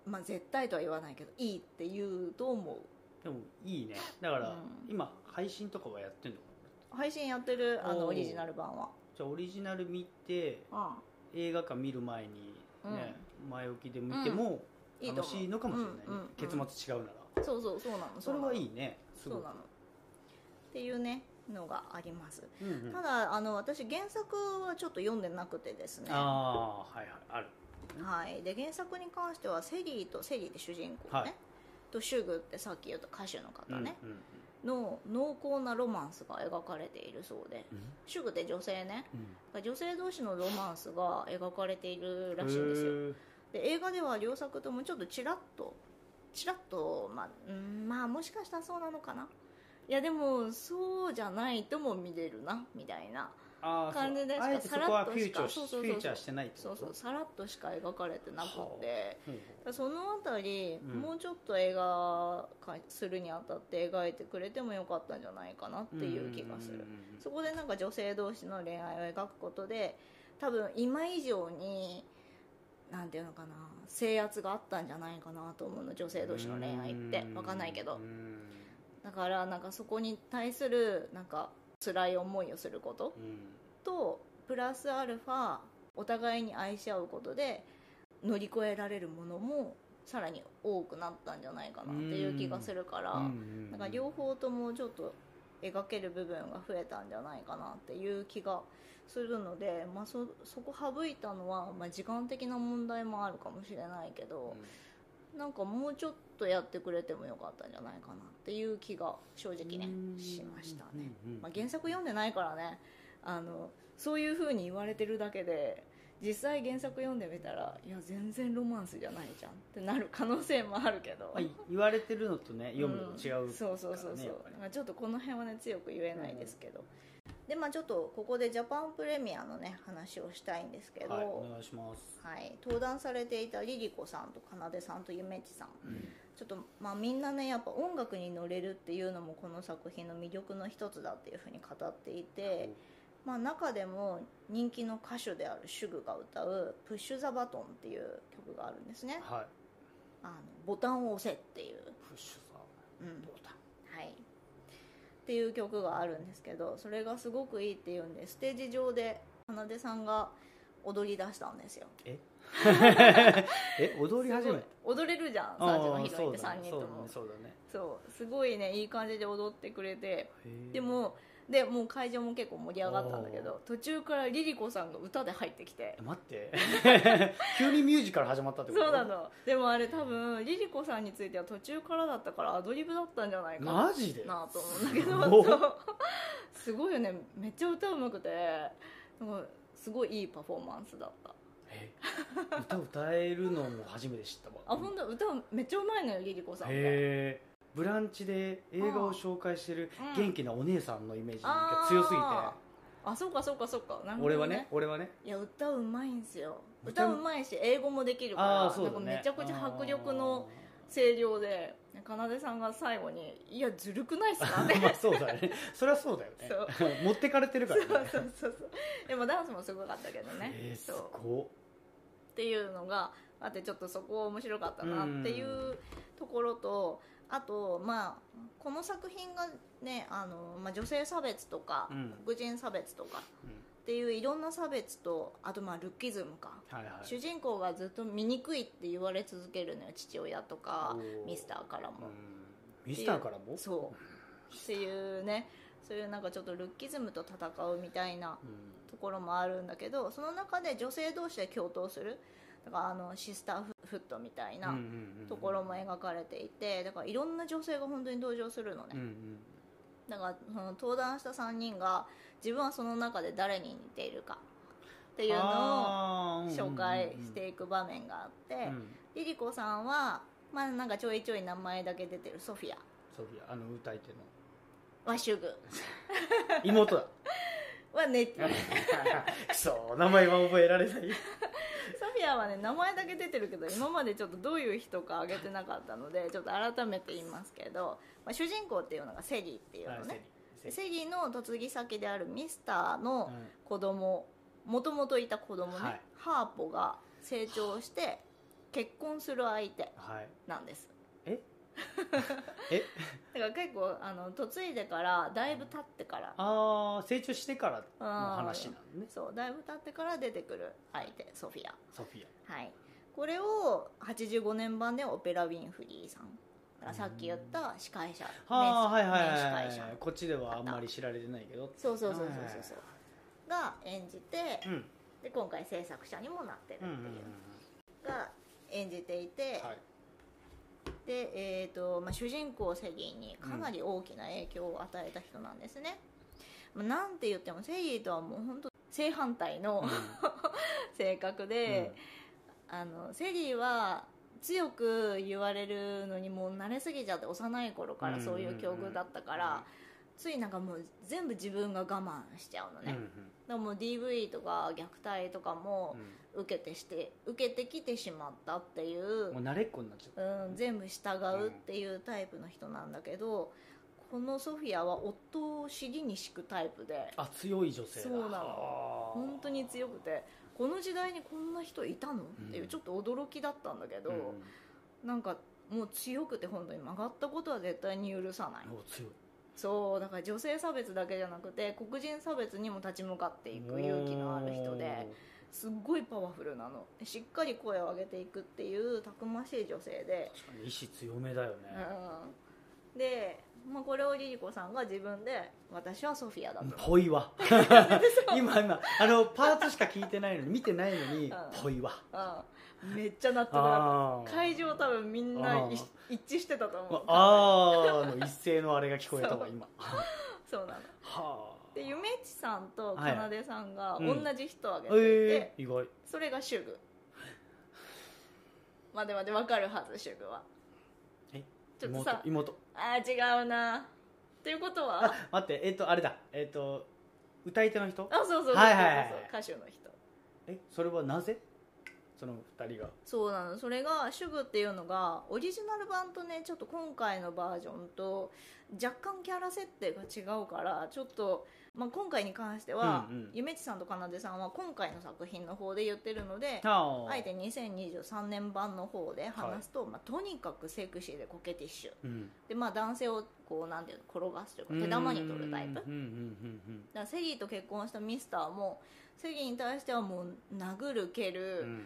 Speaker 2: まあ絶対とは言わないけどいいって言うと思う
Speaker 1: でもいいねだから、
Speaker 2: うん
Speaker 1: 今配信とかはやってんのかな
Speaker 2: 配信やってるあ
Speaker 1: おー
Speaker 2: のオリジナル版は
Speaker 1: じゃあオリジナル見て
Speaker 2: うん
Speaker 1: 映画館見る前にね、前置きで見ても
Speaker 2: いいと思う
Speaker 1: 楽しいのかもしれないね、
Speaker 2: うんうんうん
Speaker 1: 結末違うなら
Speaker 2: そうそうそうなの
Speaker 1: それはいいいねす
Speaker 2: そう
Speaker 1: ご
Speaker 2: な
Speaker 1: く
Speaker 2: のっていうねのがあります、
Speaker 1: うんうん
Speaker 2: ただあの私原作はちょっと読んでなくてですねは
Speaker 1: ああはいはいある
Speaker 2: いで原作に関してはセリーとセリーって主人公ね、
Speaker 1: はい
Speaker 2: とシュグってさっき言った歌手の方ね、
Speaker 1: うんうん
Speaker 2: の濃厚なロマンスが描かれているそうで
Speaker 1: うん
Speaker 2: シュグって女性ね
Speaker 1: うん
Speaker 2: 女性同士のロマンスが描かれているらしいんですよで映画では両作ともちょっとちらっとちらっとまあうんまあもしかしたらそうなのかないやでもそうじゃないとも見れるなみたいな
Speaker 1: あー
Speaker 2: 感じで
Speaker 1: そうあえてそこは
Speaker 2: さらっ
Speaker 1: フ
Speaker 2: と
Speaker 1: ュ
Speaker 2: し
Speaker 1: ーチ
Speaker 2: か
Speaker 1: ャーし
Speaker 2: そうそうそうそう
Speaker 1: フューチャーしてないって
Speaker 2: そ
Speaker 1: こ
Speaker 2: う
Speaker 1: と
Speaker 2: そうさらっとしか描かれてなく
Speaker 1: は
Speaker 2: て
Speaker 1: ほう
Speaker 2: そのあたり、
Speaker 1: うん
Speaker 2: もうちょっと映画化するにあたって描いてくれてもよかったんじゃないかなっ
Speaker 1: ほう
Speaker 2: ていう気がする
Speaker 1: うんうんうんうん
Speaker 2: そこでなんか女性同士の恋愛を描くことで多分今以上になんていうのかな制圧があったんじゃないかなと思うの女性同士の恋愛って
Speaker 1: うん
Speaker 2: 分かんないけ
Speaker 1: う
Speaker 2: ど
Speaker 1: ん
Speaker 2: だからなんかそこに対するなんか辛い思いをすること
Speaker 1: うん
Speaker 2: とプラスアルファお互いに愛し合うことで乗り越えられるものもさらに多くなったんじゃないかなっていう気がするから。
Speaker 1: うんうんうん
Speaker 2: なんか両方ともちょっと描ける部分が増えたんじゃないかなっていう気がするので、まあ、そそこ省いたのは、まあ、時間的な問題もあるかもしれないけど、なんかもうちょっとやってくれてもよかったんじゃないかなっていう気が正直ね
Speaker 1: うん
Speaker 2: しましたね、
Speaker 1: うんうん
Speaker 2: まあ、原作読んでないからねあのそういう風に言われてるだけで実際原作読んでみたらいや全然ロマンスじゃないじゃんってなる可能性もあるけど、
Speaker 1: まあ、言われてるのとね読むの
Speaker 2: うん
Speaker 1: 違うからね
Speaker 2: そうそうそうそう
Speaker 1: やっぱり
Speaker 2: まあちょっとこの辺はね強く言えないですけど、でまあちょっとここでジャパンプレミアのね話をしたいんですけど、
Speaker 1: はいお願いします
Speaker 2: はい、登壇されていたリリコさんとかなでさんとゆめっちさん、ちょっと、まあ、みんなねやっぱ音楽に乗れるっていうのもこの作品の魅力の一つだっていうふうに語っていて、まあ、中でも人気の歌手であるシュグが歌う「プッシュ・ザ・バトン」っていう曲があるんですね
Speaker 1: はい
Speaker 2: あのボタンを押せっていう、
Speaker 1: プッシュさ
Speaker 2: うん
Speaker 1: どうだ
Speaker 2: はい、っていう曲があるんですけどそれがすごくいいっていうんでステージ上でかなでさんが踊り出したんですよ
Speaker 1: え え踊り始めた
Speaker 2: すごい踊れるじゃん3時の
Speaker 1: あ
Speaker 2: ヒ
Speaker 1: あ
Speaker 2: ロイン
Speaker 1: そ
Speaker 2: っ
Speaker 1: う
Speaker 2: て
Speaker 1: だ
Speaker 2: 3
Speaker 1: ね
Speaker 2: 人
Speaker 1: そ
Speaker 2: と
Speaker 1: うだ
Speaker 2: も
Speaker 1: ねそうだね
Speaker 2: そうすごいねいい感じで踊ってくれて
Speaker 1: へー
Speaker 2: でもでもう会場も結構盛り上がったんだけ
Speaker 1: お
Speaker 2: ど途中からリリコさんが歌で入ってきて
Speaker 1: え待って 急にミュージカル始まったってこと
Speaker 2: そうなのでもあれ多分リリコさんについては途中からだったからアドリブだったんじゃないかな
Speaker 1: マジで
Speaker 2: なと思うんだけど
Speaker 1: すごっ
Speaker 2: そうすごいよねめっちゃ歌うまくてなんかすごいいいパフォーマンスだった
Speaker 1: え歌歌えるのも初めて知った
Speaker 2: あ
Speaker 1: わ
Speaker 2: 本当歌めっちゃうまいのよリリコさんって
Speaker 1: へえ「ブランチ」で映画を紹介してる
Speaker 2: うん
Speaker 1: 元気なお姉さんのイメージが強すぎて
Speaker 2: ああそうかそうかそうかなるほど
Speaker 1: 俺はね俺はね
Speaker 2: いや歌うまいんですよ
Speaker 1: 歌
Speaker 2: 歌
Speaker 1: う
Speaker 2: うまいし英語もできるから
Speaker 1: ああそうだ
Speaker 2: なんか
Speaker 1: ね
Speaker 2: めちゃくちゃ迫力の声量でかなでさんが最後に「いやずるくないっす
Speaker 1: あ
Speaker 2: か?」っ
Speaker 1: ー
Speaker 2: て
Speaker 1: まあそうだよねそりゃそうだよね
Speaker 2: そう
Speaker 1: 持ってかれてるか
Speaker 2: そう
Speaker 1: らね
Speaker 2: そうそうそうでもダンスもすごかったけどね、
Speaker 1: えーす
Speaker 2: そう
Speaker 1: ご
Speaker 2: っていうのがあってちょっとそこ面白かったなっていうところと、あと、まあ、この作品が、ねあのまあ、女性差別とか、
Speaker 1: うん
Speaker 2: 黒人差別とか
Speaker 1: うん
Speaker 2: っていういろんな差別とあと、まあ、ルッキズムか、
Speaker 1: はいはい
Speaker 2: 主人公がずっと醜いって言われ続けるのよ父親とか
Speaker 1: おー
Speaker 2: ミスターから
Speaker 1: う
Speaker 2: も。
Speaker 1: んミスターからも
Speaker 2: そうっていうねそういうなんかちょっとルッキズムと戦うみたいな
Speaker 1: うん
Speaker 2: ところもあるんだけどその中で女性同士で共闘するだからあのシスターフットみたい
Speaker 1: うん
Speaker 2: な
Speaker 1: うんうん
Speaker 2: ところも描かれていてだからいろんな女性が本当に登場するのね、
Speaker 1: うんうん
Speaker 2: だからその登壇した3人が自分はその中で誰に似ているかっていうのを
Speaker 1: あーうんうんう
Speaker 2: 紹
Speaker 1: ん
Speaker 2: 介していく場面があって、
Speaker 1: うん
Speaker 2: リリコさんは、まあ、なんかちょいちょい名前だけ出てるソフィア
Speaker 1: ソフィアあの歌い手の
Speaker 2: はシュグ
Speaker 1: 妹 だ
Speaker 2: はネ ティ
Speaker 1: くそ名前は覚えられない
Speaker 2: ソフィアはね名前だけ出てるけど今までちょっとどういう人か挙げてなかったのでちょっと改めて言いますけど、まあ、主人公っていうのがセリーっていうのね、
Speaker 1: セリ
Speaker 2: セリーの嫁ぎ先であるミスターの
Speaker 1: うん
Speaker 2: 子供もともといた子供ね、
Speaker 1: はい
Speaker 2: ハーポが成長して結婚する相手
Speaker 1: はい
Speaker 2: なんです
Speaker 1: ええ
Speaker 2: だから結構あの嫁いでからだいぶ経ってから
Speaker 1: ああ成長してからの話なのね
Speaker 2: そうだいぶ経ってから出てくる相手ソフィア
Speaker 1: ソフィア
Speaker 2: はい、これを85年版でオペラ・ウィンフリーさんだからさっき言った司会者、
Speaker 1: はあ
Speaker 2: 名
Speaker 1: はいはい
Speaker 2: 名
Speaker 1: はい
Speaker 2: 司会
Speaker 1: はい
Speaker 2: 者
Speaker 1: こっちではあんまり知られてないけど
Speaker 2: そうそうそうそう
Speaker 1: はいはい
Speaker 2: そ
Speaker 1: は
Speaker 2: う
Speaker 1: い
Speaker 2: そうが演じて
Speaker 1: うん
Speaker 2: で今回制作者にもなってるって
Speaker 1: う
Speaker 2: い
Speaker 1: ん
Speaker 2: う、
Speaker 1: うんうん
Speaker 2: が演じていて、
Speaker 1: はい
Speaker 2: で、えーとまあ、主人公セギーにかなり大きな影響を与えた人なんですね、まあ、なんて言ってもセギーとはもう本当正反対の 性格で、あのセリーは強く言われるのにもう慣れすぎちゃって幼い頃からそういう境遇だったから、
Speaker 1: うんうんうん
Speaker 2: ついなんかもう全部自分が我慢しちゃうの
Speaker 1: うんうん
Speaker 2: ね、だからもう DV とか虐待とかも
Speaker 1: う
Speaker 2: 受けてして受けてきてしまったってい
Speaker 1: ん
Speaker 2: う
Speaker 1: もう、慣れっこになっちゃった
Speaker 2: うん、全部従うっていうタイプの人なんだけどこのソフィアは夫を尻に敷くタイプで
Speaker 1: あ強い女性だ
Speaker 2: そうなの
Speaker 1: の
Speaker 2: 本当に強くてこの時代にこんな人いたのっていう
Speaker 1: うん
Speaker 2: ちょっと驚きだったんだけど、なんかもう強くて本当に曲がったことは絶対に許さない
Speaker 1: お強い
Speaker 2: そうだから女性差別だけじゃなくて黒人差別にも立ち向かっていく勇気のある人ですっごいパワフルなのしっかり声を上げていくっていうたくましい女性で
Speaker 1: おー確かに意志強めだよね
Speaker 2: うんでまあ、これをリリコさんが自分で私はソフィアだと
Speaker 1: ぽいわ 今今あのパートしか聞いてないのに見てないのに
Speaker 2: うん
Speaker 1: ぽいわ
Speaker 2: うん、めっちゃ納得だ
Speaker 1: あ
Speaker 2: った
Speaker 1: ー
Speaker 2: 会場多分みん
Speaker 1: あ
Speaker 2: な
Speaker 1: ー
Speaker 2: い一致してたと思う
Speaker 1: あーの一斉のあれが聞こえた
Speaker 2: そう
Speaker 1: わ今
Speaker 2: そうなの
Speaker 1: はあ
Speaker 2: で夢ちさんと
Speaker 1: はい
Speaker 2: かなでさんが
Speaker 1: う
Speaker 2: 同
Speaker 1: ん
Speaker 2: じ人を挙げていて、
Speaker 1: ええー、意外
Speaker 2: それが主婦までまでわかるはず主婦は
Speaker 1: え
Speaker 2: ちょっとさ
Speaker 1: 妹妹
Speaker 2: あー違うなということは
Speaker 1: あ待ってえっ、とあれだえっ、と歌い手の人
Speaker 2: あそうそうそうそうそう、
Speaker 1: はいはいはい
Speaker 2: 歌手の人
Speaker 1: えそれはなぜその二人が
Speaker 2: そうなのそれが「主婦」っていうのがオリジナル版とねちょっと今回のバージョンと若干キャラ設定が違うからちょっと、まあ、今回に関しては、
Speaker 1: うんうん
Speaker 2: 夢地さんとかなでさんは今回の作品の方で言ってるので
Speaker 1: あ
Speaker 2: あえて2023年版の方で話すと、まあ、とにかくセクシーでコケティッシュ
Speaker 1: うん
Speaker 2: で、まあ、男性をこうなんていうの転がすというか手玉に取るタイプ
Speaker 1: うんうんうん
Speaker 2: だからセギーと結婚したミスターもセギーに対してはもう殴る蹴
Speaker 1: う
Speaker 2: る、
Speaker 1: んうん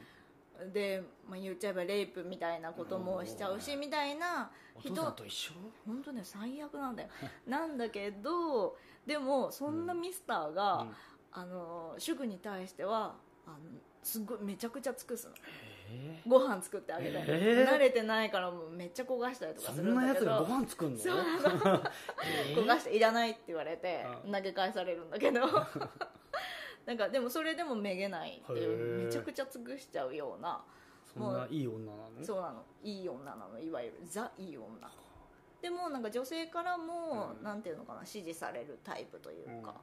Speaker 2: で、まあ、言っちゃえばレイプみたいなこともしちゃうし
Speaker 1: う
Speaker 2: みたいな
Speaker 1: お
Speaker 2: 人
Speaker 1: 父さんと一緒
Speaker 2: 本当ね最悪なんだよ なんだけどでもそんなミスターが、
Speaker 1: うん
Speaker 2: あの主婦に対してはあのすごいめちゃくちゃ尽くすの
Speaker 1: え
Speaker 2: ご飯作ってあげたり、
Speaker 1: えー
Speaker 2: 慣れてないからもうめっちゃ焦がしたりと
Speaker 1: ー、そ
Speaker 2: かする
Speaker 1: んなんや
Speaker 2: だ
Speaker 1: つ
Speaker 2: け
Speaker 1: がご
Speaker 2: ど
Speaker 1: 飯作んの
Speaker 2: そう
Speaker 1: えー
Speaker 2: 焦がしていらないって言われて
Speaker 1: う
Speaker 2: 投げ返されるんだけど なんかでもそれでもめげないってい
Speaker 1: へ
Speaker 2: う
Speaker 1: ー
Speaker 2: めちゃくちゃ尽くしちゃうような
Speaker 1: そんないい女なの
Speaker 2: そうなのいい女なのいわゆるザいい女でもなんか女性からも、
Speaker 1: うん
Speaker 2: なんていうのかな支持されるタイプというか、
Speaker 1: うん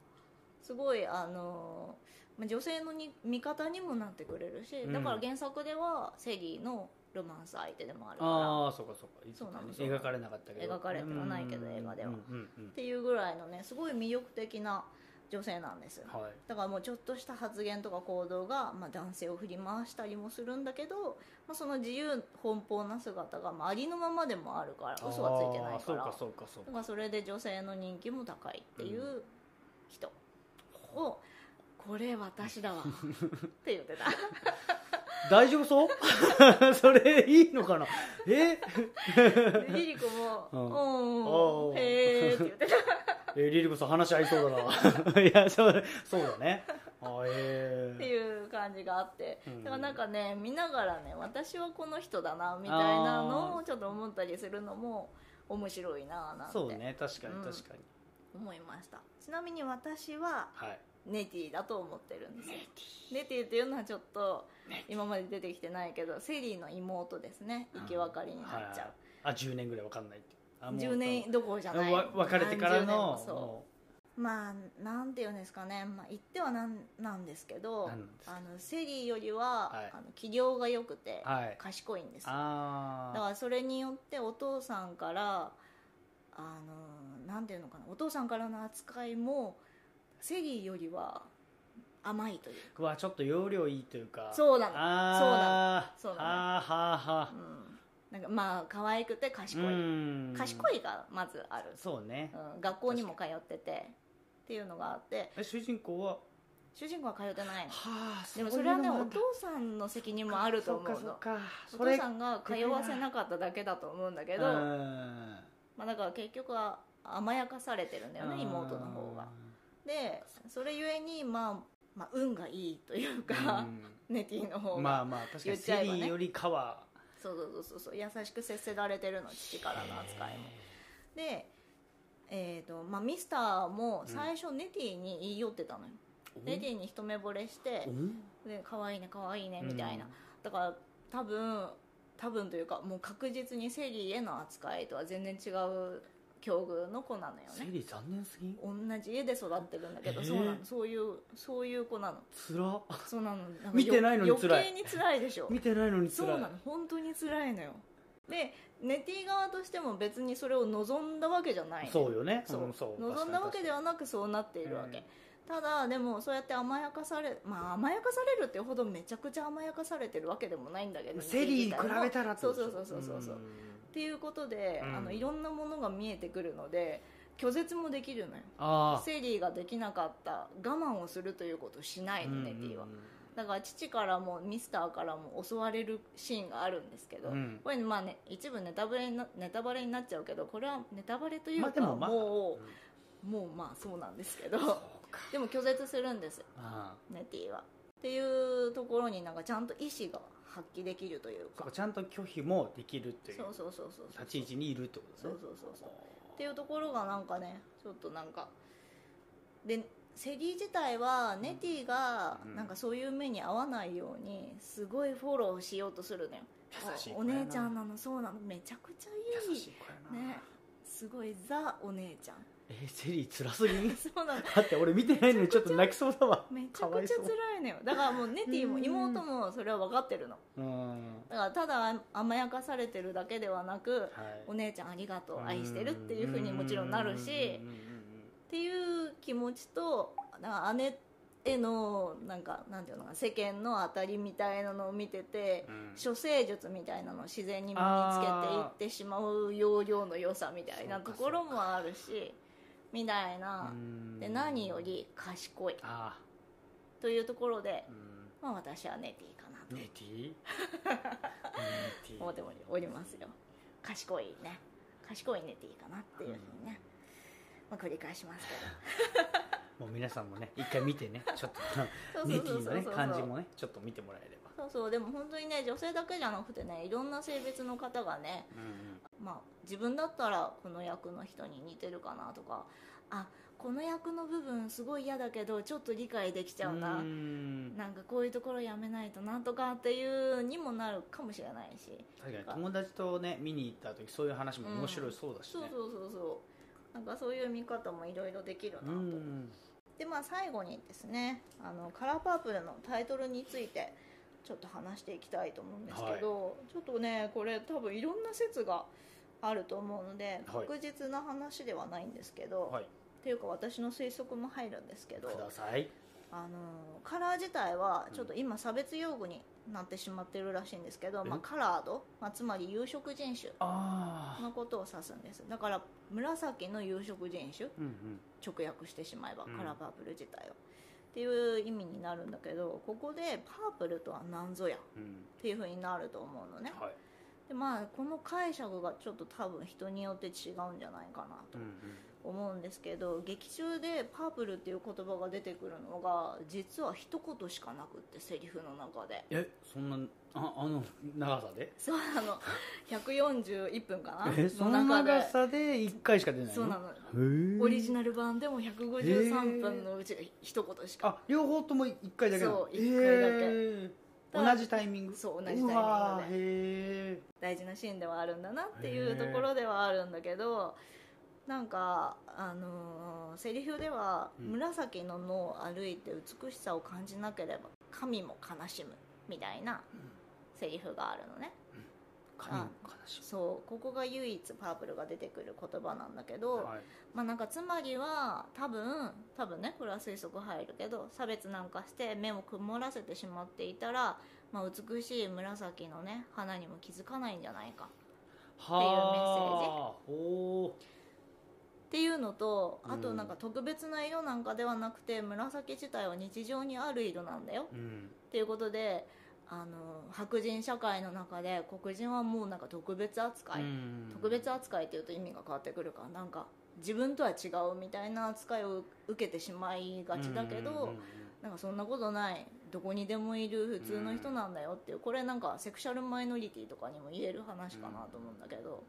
Speaker 2: すごいあのーまあ女性のに味方にもなってくれるし、
Speaker 1: うん
Speaker 2: だから原作ではセギーのロマンス相手でもあるから
Speaker 1: ああそうかそうかいつ
Speaker 2: そう
Speaker 1: かね
Speaker 2: なのそうなの
Speaker 1: 描かれなかったけど
Speaker 2: 描かれてはないけど映画では
Speaker 1: うんうんうん
Speaker 2: っていうぐらいのねすごい魅力的な女性なんですよ、
Speaker 1: うんはい
Speaker 2: だからもうちょっとした発言とか行動が、まあ、男性を振り回したりもするんだけど、まあ、その自由奔放な姿が、まあ、ありのままでもあるから嘘はついてないから
Speaker 1: あーそうかそう
Speaker 2: だ
Speaker 1: か
Speaker 2: からそれで女性の人気も高いっていう人を、これ私だわって言ってた
Speaker 1: そうか大丈夫 そうそれいいのかなえ
Speaker 2: でリリコも「う
Speaker 1: う
Speaker 2: んんへえ」って言ってた
Speaker 1: えー、リリコさん話合いそうだ ないやそうそうだねあー
Speaker 2: っ
Speaker 1: え
Speaker 2: ていう感じがあって
Speaker 1: うん
Speaker 2: だからなんかね見ながらね私はこの人だなみたいなのをちょっと思ったりするのも面白いなあな
Speaker 1: ー、
Speaker 2: ん
Speaker 1: そう
Speaker 2: て
Speaker 1: ね確かに
Speaker 2: うん
Speaker 1: 確かに、
Speaker 2: 思いましたちなみに私は
Speaker 1: はい
Speaker 2: ネティだと思ってるんですよネティっていうのはちょっと今まで出てきてないけどセリーの妹ですね行き別れにな
Speaker 1: はいは
Speaker 2: っ
Speaker 1: い
Speaker 2: ちゃう、
Speaker 1: あ10年ぐらいわかんないってあもう
Speaker 2: 10年どころじゃない
Speaker 1: わ別れてから
Speaker 2: 何十年も
Speaker 1: の
Speaker 2: そ
Speaker 1: も
Speaker 2: うまあなんていうんですかね、まあ、言ってはなんなんですけど
Speaker 1: なんなんですか
Speaker 2: あのセリーよりは、
Speaker 1: はい
Speaker 2: あの器量が良くて、
Speaker 1: うはい
Speaker 2: 賢いんですよ
Speaker 1: あ
Speaker 2: だ
Speaker 1: あ
Speaker 2: からそれによってお父さんからあのなんていうのかなお父さんからの扱いもセリーよりは甘いという
Speaker 1: うわちょっと容量いいというか
Speaker 2: そうなの
Speaker 1: ああ
Speaker 2: そうなのそうなの
Speaker 1: ああはあはあ
Speaker 2: うん、なんかまあ可愛くて賢い、
Speaker 1: うん
Speaker 2: 賢いがまずある、
Speaker 1: そうね
Speaker 2: うん、学校にも通っててっていうのがあって
Speaker 1: え主人公は
Speaker 2: 主人公は通ってないの
Speaker 1: はあ
Speaker 2: でもそれはね
Speaker 1: うい
Speaker 2: お
Speaker 1: うのなんだ
Speaker 2: 父さんの責任もあると思う
Speaker 1: そっ
Speaker 2: の
Speaker 1: か
Speaker 2: お
Speaker 1: そっかそれ
Speaker 2: 父さんが通わせなかっただけだと思うんだけど、
Speaker 1: うん
Speaker 2: まあ、だから結局は甘やかされてるんだよね妹の方がでそれゆえに、まあ、まあ運がいいというか、ネティの方
Speaker 1: う
Speaker 2: が、
Speaker 1: んまあまあ確か
Speaker 2: 言
Speaker 1: に
Speaker 2: っちゃ
Speaker 1: セ
Speaker 2: え
Speaker 1: リ
Speaker 2: ばね
Speaker 1: ーよりかは
Speaker 2: そうそうそうそう優しく接せられてるの父からの扱いもで、えーとまあ、ミスターも最初ネティに言い寄ってたのよ、ネティに一目惚れしてで可愛いね可愛いねみたいな、だから多分多分というかもう確実にセリーへの扱いとは全然違う境遇の子なのよ
Speaker 1: セ
Speaker 2: ね
Speaker 1: リー残念すぎん
Speaker 2: 同じ家で育ってるんだけど、
Speaker 1: えー
Speaker 2: そうなのそういうそういう子なの
Speaker 1: つら
Speaker 2: そうなのなんかよ
Speaker 1: 見てないのに辛い
Speaker 2: 余計に辛いでしょ
Speaker 1: 見てないのにつ
Speaker 2: そう
Speaker 1: ら
Speaker 2: なの本当に辛いのよでネティ側としても別にそれを望んだわけじゃないの
Speaker 1: そうよね
Speaker 2: そう
Speaker 1: うんそう
Speaker 2: 望んだわけではなくそうなっているわけ、ただでもそうやって甘やかされまあ甘やかされるってほどめちゃくちゃ甘やかされてるわけでもないんだけど
Speaker 1: セリーに比べたらって
Speaker 2: そうそう
Speaker 1: ことでし
Speaker 2: そ
Speaker 1: ょ
Speaker 2: うそうそうそうっ
Speaker 1: ん
Speaker 2: ていうことで、
Speaker 1: うん
Speaker 2: あのいろんなものが見えてくるので拒絶もできるのよ
Speaker 1: ああ
Speaker 2: セリーができなかった我慢をするということをしないのネティは、
Speaker 1: うん
Speaker 2: だから父からもミスターからも襲われるシーンがあるんですけど、
Speaker 1: うん
Speaker 2: これまあね一部ネタバレになネタバレになっちゃうけどこれはネタバレという
Speaker 1: まあで
Speaker 2: か、
Speaker 1: もまあ
Speaker 2: も
Speaker 1: うん
Speaker 2: うもうまあそうなんですけ
Speaker 1: そう
Speaker 2: ど
Speaker 1: か
Speaker 2: でも拒絶するんです
Speaker 1: ああ
Speaker 2: ネティは。っていうところになんかちゃんと意思が発揮できるというか
Speaker 1: そこちゃんと拒否もできるっていう
Speaker 2: そうそうそうそう
Speaker 1: 立ち位置にいるってこと
Speaker 2: そ
Speaker 1: ね
Speaker 2: うそうそうそうっていうところがなんかねちょっとなんかでセリ自体はネティが
Speaker 1: うん
Speaker 2: なんかそういう目に遭わないようにすごいフォローしようとするのよ
Speaker 1: 優しい
Speaker 2: おお
Speaker 1: 子やな
Speaker 2: 姉ちゃんなのそうなのめちゃくちゃい
Speaker 1: 優
Speaker 2: い
Speaker 1: しい子やな、
Speaker 2: ねすごいザお姉ちゃん
Speaker 1: えセリー辛すぎん
Speaker 2: そうなの
Speaker 1: だって俺見てないのにちょっと泣きそうだわ
Speaker 2: めちゃくちゃ辛いのよだからもうネティも妹もそれは分かってるの
Speaker 1: うん
Speaker 2: だからただ甘やかされてるだけではなく
Speaker 1: はい
Speaker 2: お姉ちゃんありがとう愛してるっていうふうにもちろんなるし
Speaker 1: うんうんうん
Speaker 2: っていう気持ちとなんか姉へのなんかなんていうのかな世間の当たりみたいなのを見てて
Speaker 1: う、んうん
Speaker 2: 処世術みたいなのを自然に身につけていってしまう要領の良さみたいな
Speaker 1: そうか
Speaker 2: ところもあるしみたいうな、
Speaker 1: ん
Speaker 2: で何より賢い
Speaker 1: あ
Speaker 2: というところで
Speaker 1: あ、うん
Speaker 2: まあ、私はネティかなと
Speaker 1: ネ イティネイティ
Speaker 2: 思っておりますよ賢いね賢いネティかなっていうふうにね、まあ、繰り返します
Speaker 1: もう皆さんもね一回見て ねちょっ
Speaker 2: け ど
Speaker 1: とネイティのね
Speaker 2: そうそうそうそうそう
Speaker 1: 感じもねちょっと見てもらえれば
Speaker 2: そうそうでも本当にね女性だけじゃなくてねいろんな性別の方がね、まあ、自分だったらこの役の人に似てるかなとかあこの役の部分すごい嫌だけどちょっと理解できちゃうな、
Speaker 1: ん
Speaker 2: なんかこういうところやめないとなとかっていうにもなるかもしれないし、
Speaker 1: 確かに友達とね見に行った時そういう話も面白いそうだし
Speaker 2: そう
Speaker 1: ね
Speaker 2: そうそうそうなんかそういう見方もいろいろできるなと、
Speaker 1: うん
Speaker 2: でまあ最後にですねあのカラーパープルのタイトルについてちょっと話していきたいと思うんですけど、ちょっとねこれ多分いろんな説があると思うので
Speaker 1: はい
Speaker 2: 確実な話ではないんですけど、
Speaker 1: はい
Speaker 2: っていうか私の推測も入るんですけど
Speaker 1: ください
Speaker 2: あのカラー自体はちょっと今差別用語になってしまってるらしいんですけど、
Speaker 1: え
Speaker 2: まあ、カラード、まあ、つまり有色人種
Speaker 1: ああ
Speaker 2: のことを指すんですだから紫の有色人種
Speaker 1: うんうん
Speaker 2: 直訳してしまえば、
Speaker 1: うん
Speaker 2: カラーパープル自体をっていう意味になるんだけどここでパープルとは何ぞやっ
Speaker 1: うん
Speaker 2: ていう風になると思うのね
Speaker 1: はい
Speaker 2: でまあこの解釈がちょっと多分人によって違うんじゃないかな
Speaker 1: う
Speaker 2: と
Speaker 1: ん
Speaker 2: 思うんですけど、劇中でパープルっていう言葉が出てくるのが実は一言しかなくってセリフの中で
Speaker 1: えそんなああの長さで
Speaker 2: そうあ の141分かな
Speaker 1: えその
Speaker 2: 中
Speaker 1: 長
Speaker 2: で
Speaker 1: さで一回しか出ないの
Speaker 2: そうなの
Speaker 1: へえ
Speaker 2: オリジナル版でも153分のうちが一言しか
Speaker 1: あ両方とも一回だけなの
Speaker 2: そう一回だけ
Speaker 1: へ
Speaker 2: た
Speaker 1: ー
Speaker 2: だ
Speaker 1: 同じタイミング
Speaker 2: そう同じタイミングで
Speaker 1: うわーへ
Speaker 2: 大事なシーンではあるんだなっていうところではあるんだけどなんか、あのーセリフでは「
Speaker 1: うん
Speaker 2: 紫の野を歩いて美しさを感じなければ神も悲しむ」みたいなセリフがあるのね
Speaker 1: ー神の悲し
Speaker 2: そうここが唯一パープルが出てくる言葉なんだけ
Speaker 1: み
Speaker 2: ど、
Speaker 1: はい
Speaker 2: まあなんかつまりは多分多分ねこれは推測入るけど差別なんかして目を曇らせてしまっていたら、まあ、美しい紫のね花にも気づかないんじゃないか
Speaker 1: はーおー
Speaker 2: っていうのと
Speaker 1: うん
Speaker 2: あとなんか特別な色なんかではなくて、紫自体は日常にある色なんだよ
Speaker 1: うん
Speaker 2: っていうことであの白人社会の中で黒人はもうなんか特別扱い、
Speaker 1: うん
Speaker 2: 特別扱いっていうと意味が変わってくるからなんか自分とは違うみたいな扱いを受けてしまいがちだけど、
Speaker 1: うんうんうん
Speaker 2: なんかそんなことないどこにでもいる普通の人なんだよっていう、これなんかセクシャルマイノリティとかにも言える話かなと思うんだけど、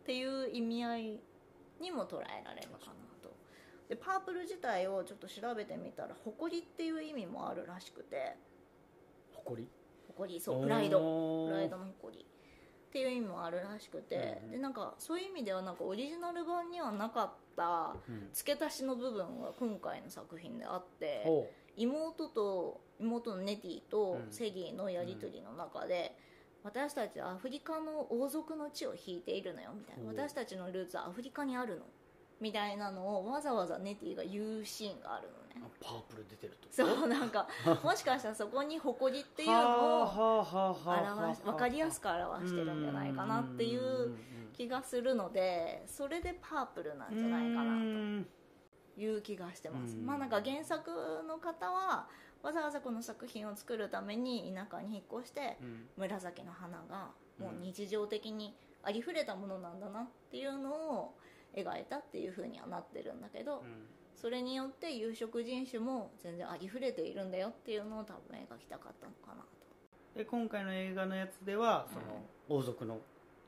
Speaker 2: っていう意味合いにも捉えられるかなとでパープル自体をちょっと調べてみたら誇りっていう意味もあるらしくて
Speaker 1: 誇り
Speaker 2: 誇りそうプライド
Speaker 1: お
Speaker 2: プ
Speaker 1: ー
Speaker 2: ライドの誇りっていう意味もあるらしくて、
Speaker 1: うん
Speaker 2: でなんかそういう意味ではなんかオリジナル版にはなかった
Speaker 1: うん
Speaker 2: 付け足しの部分が今回の作品であって。
Speaker 1: おう
Speaker 2: 妹と妹のネティと
Speaker 1: うん
Speaker 2: セリーのやり取りの中で、私たちはアフリカの王族の地を引いているのよみたいな
Speaker 1: ほう
Speaker 2: 私たちのルーツはアフリカにあるのみたいなのをわざわざネティが言うシーンがあるのね
Speaker 1: あパープル出てると
Speaker 2: そうなん かもしかしたらそこに誇りっていう
Speaker 1: は
Speaker 2: のを
Speaker 1: あはあはあはあ
Speaker 2: 表し分かりやすく表してるんじゃないかなってい
Speaker 1: んん
Speaker 2: うん
Speaker 1: ん
Speaker 2: 気がするのでそれでパープルなんじゃないかなと
Speaker 1: うん
Speaker 2: いう気がしてます、
Speaker 1: うん
Speaker 2: まあなんか原作の方はわざわざこの作品を作るために田舎に引っ越して
Speaker 1: うん
Speaker 2: 紫の花がもう
Speaker 1: うん
Speaker 2: 日常的にありふれたものなんだなっていうのを描いたっていうふうにはなってるんだけど、
Speaker 1: うん
Speaker 2: それによって有色人種も全然ありふれているんだよっていうのを多分描きたかったのかな
Speaker 1: で今回の映画のやつではその王族の
Speaker 2: と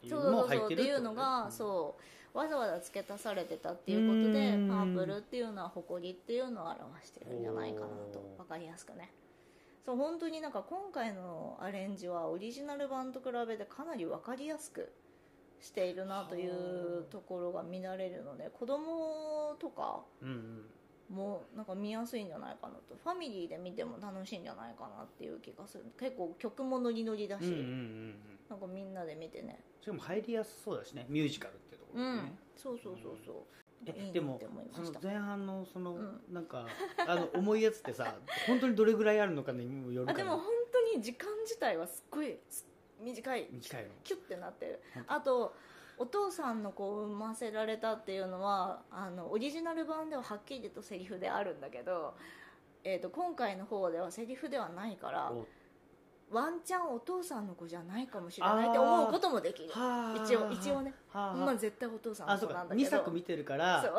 Speaker 1: 理
Speaker 2: そ
Speaker 1: 由
Speaker 2: うそう
Speaker 1: も
Speaker 2: そう
Speaker 1: 入
Speaker 2: そう
Speaker 1: っ
Speaker 2: ってて
Speaker 1: る
Speaker 2: いうのが、
Speaker 1: う
Speaker 2: そうわざわざ付け足されてたっていうことで
Speaker 1: うん
Speaker 2: パープルっていうのは誇りっていうのを表してるんじゃないかなと
Speaker 1: おー
Speaker 2: 分かりやすくねそう本当になんか今回のアレンジはオリジナル版と比べてかなり分かりやすくしているなというところが見られるので子供とか
Speaker 1: うんうん
Speaker 2: もなんか見やすいんじゃないかなとファミリーで見ても楽しいんじゃないかなっていう気がする結構曲もノリノリだし、
Speaker 1: うんうんうんうん
Speaker 2: なんかみんなで見てね
Speaker 1: しかも入りやすそうだしねミュージカルってとこ
Speaker 2: う
Speaker 1: ろで
Speaker 2: ん、
Speaker 1: ね、
Speaker 2: そうそうそうそうなんかいい
Speaker 1: え
Speaker 2: な
Speaker 1: でも
Speaker 2: って思いま
Speaker 1: そ
Speaker 2: し
Speaker 1: の
Speaker 2: た
Speaker 1: 前半のその、
Speaker 2: うん
Speaker 1: なんかあの重いやつってさ本当にどれぐらいあるのかにもよる
Speaker 2: あ
Speaker 1: か
Speaker 2: で
Speaker 1: ら
Speaker 2: も本当に時間自体はすっごいす短い
Speaker 1: 短いの
Speaker 2: キュッてなってる
Speaker 1: 本当
Speaker 2: あとお父さんの子を産ませられたっていうのはあのオリジナル版でははっきりとセリフであるんだけど、えー、と今回の方ではセリフではないから
Speaker 1: お
Speaker 2: ワンチャンお父さんの子じゃないかもしれないって思うこともできる
Speaker 1: はあ
Speaker 2: 一応一応ね
Speaker 1: はあ、
Speaker 2: まあ絶対お父さん
Speaker 1: あ
Speaker 2: の
Speaker 1: そ
Speaker 2: 子
Speaker 1: う
Speaker 2: な
Speaker 1: か
Speaker 2: んだけ
Speaker 1: 2
Speaker 2: ど
Speaker 1: 作見てるから
Speaker 2: そう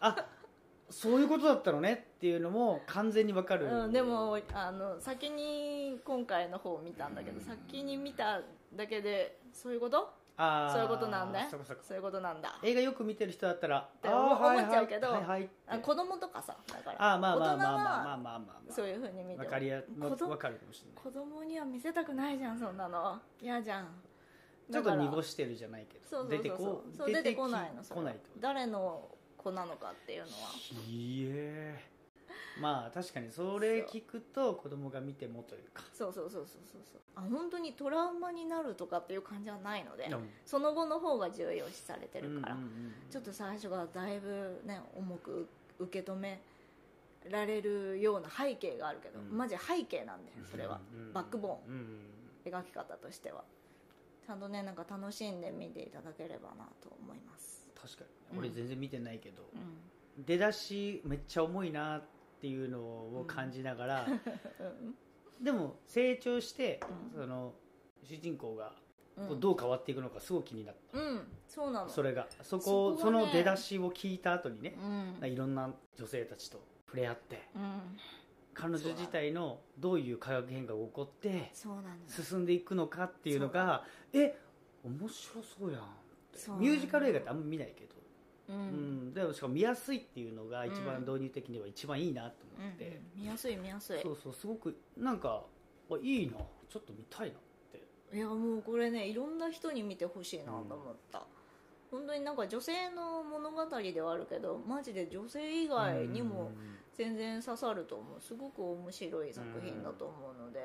Speaker 1: あそういうことだったのねっていうのも完全にわかる、
Speaker 2: うん、でもあの先に今回の方を見たんだけど、
Speaker 1: うん
Speaker 2: 先に見ただけでそういうこと
Speaker 1: あー
Speaker 2: そういうことなんだよ
Speaker 1: そっかそっか
Speaker 2: そういうことなんだ
Speaker 1: 映画よく見てる人だったら
Speaker 2: て思
Speaker 1: あーはい
Speaker 2: 思っちゃうけど
Speaker 1: はいはいって
Speaker 2: あ子供とかさだから
Speaker 1: あーまあまあまあまあまあ
Speaker 2: 大人は
Speaker 1: まあまあまあ
Speaker 2: そういうふうに見て
Speaker 1: わ
Speaker 2: も
Speaker 1: かりやわ
Speaker 2: 子供
Speaker 1: わかるかもしれない
Speaker 2: 子供には見せたくないじゃんそんなの嫌じゃん
Speaker 1: ちょっと濁
Speaker 2: し
Speaker 1: してるじゃないけど
Speaker 2: そうそうそうそう
Speaker 1: 出てこ
Speaker 2: そう出てこないの
Speaker 1: 出てき
Speaker 2: そ
Speaker 1: こ
Speaker 2: れ
Speaker 1: な
Speaker 2: はい
Speaker 1: ってこと
Speaker 2: 誰の子なのかっていうのは
Speaker 1: ひえまあ確かにそれ聞くと子供が見てもというか
Speaker 2: そうそうそうそうそうそうあ本当にトラウマになるとかっていう感じはないので
Speaker 1: うん
Speaker 2: その後の方が重要視されてるから、
Speaker 1: うんうんうん
Speaker 2: ちょっと最初がだいぶね重く受け止められるような背景があるけど、
Speaker 1: うん
Speaker 2: マジ背景なんでそれは、
Speaker 1: うんうんうん
Speaker 2: バックボ
Speaker 1: うんうん
Speaker 2: ーン描き方としてはちゃんとねなんか楽しんで見ていただければなと思います
Speaker 1: 確か
Speaker 2: う
Speaker 1: に
Speaker 2: ん
Speaker 1: 俺全然見てないけど
Speaker 2: うん
Speaker 1: 出だしめっちゃ重いなっていうのを感じながらでも成長して
Speaker 2: うん
Speaker 1: その主人公が
Speaker 2: うん
Speaker 1: こうどう変わっていくのかすごい気になっ
Speaker 2: うん、うんそうな
Speaker 1: た
Speaker 2: の
Speaker 1: それがそこ
Speaker 2: そ
Speaker 1: そ
Speaker 2: こがね
Speaker 1: の出だしを聞いた後にね
Speaker 2: うん
Speaker 1: いろんな女性たちと触れ合って
Speaker 2: うん、
Speaker 1: 彼女自体のどういう化学変化が起こって
Speaker 2: そうなの
Speaker 1: 進んでいくのかっていうのがえ面白そうやんって
Speaker 2: そう
Speaker 1: ミュージカル映画ってあんま見ないけど、
Speaker 2: うん、う
Speaker 1: うんん、でもしかも見やすいっていうのが一
Speaker 2: う
Speaker 1: 番
Speaker 2: ん
Speaker 1: 導入的には一番いいなと
Speaker 2: う
Speaker 1: 思って、
Speaker 2: ん見やすい見やすい
Speaker 1: そうそうすごくなんかあいいなちょっと見たいない
Speaker 2: やもうこれねいろんな人に見てほしいなと思った、本当になんか女性の物語ではあるけどマジで女性以外にも全然刺さると思うすごく面白い作品だと思うので、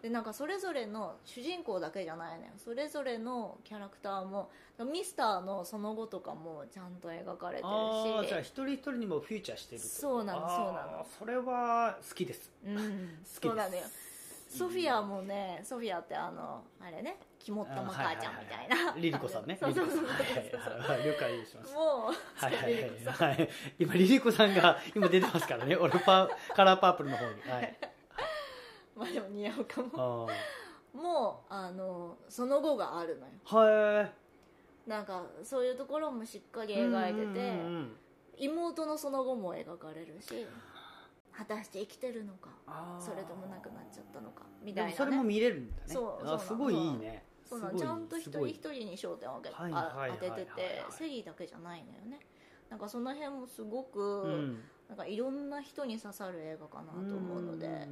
Speaker 2: でなんかそれぞれの主人公だけじゃないねそれぞれのキャラクターもミスターのその後とかもちゃんと描かれて
Speaker 1: ああじゃあ
Speaker 2: るし
Speaker 1: 一人一人にもフューチャーしてるってこと
Speaker 2: そうなの
Speaker 1: あー
Speaker 2: そうなの
Speaker 1: それは好きです
Speaker 2: うん、
Speaker 1: す
Speaker 2: そうなのよソフィアもねソフィアってあのあれね肝っ玉母ちゃんみたいな
Speaker 1: あーはははリリコさんね
Speaker 2: そうそうそうそう
Speaker 1: リリコさんはいはい了解しました
Speaker 2: もう
Speaker 1: はいはい
Speaker 2: リリコ
Speaker 1: はい、はい、今リリコさんが今出てますからね俺パカラーパープルの方にはい
Speaker 2: まあでも似合うかも
Speaker 1: あ
Speaker 2: もうあのその後があるのよ
Speaker 1: ーは
Speaker 2: なんかそういうところもしっかり
Speaker 1: い
Speaker 2: 描いてて
Speaker 1: うんうんうん
Speaker 2: 妹のその後も描かれるし果たして生きてるのか
Speaker 1: あー
Speaker 2: それともなくなっちゃったのかみ
Speaker 1: で
Speaker 2: たい
Speaker 1: もそ
Speaker 2: な、
Speaker 1: れも
Speaker 2: ね、
Speaker 1: 見れるんだね
Speaker 2: そうそうな
Speaker 1: あ
Speaker 2: の
Speaker 1: すごいいいね
Speaker 2: そうなの
Speaker 1: すごい
Speaker 2: ちゃんと一
Speaker 1: す
Speaker 2: 人
Speaker 1: ごい
Speaker 2: 一人に焦点を当て,あ、
Speaker 1: はいはいはいはい
Speaker 2: 当ててて
Speaker 1: はいはい
Speaker 2: セリーだけじゃないのよねなんかその辺もすごく、
Speaker 1: うん
Speaker 2: なんかいろんな人に刺さる映画かなと思うので、
Speaker 1: んうんう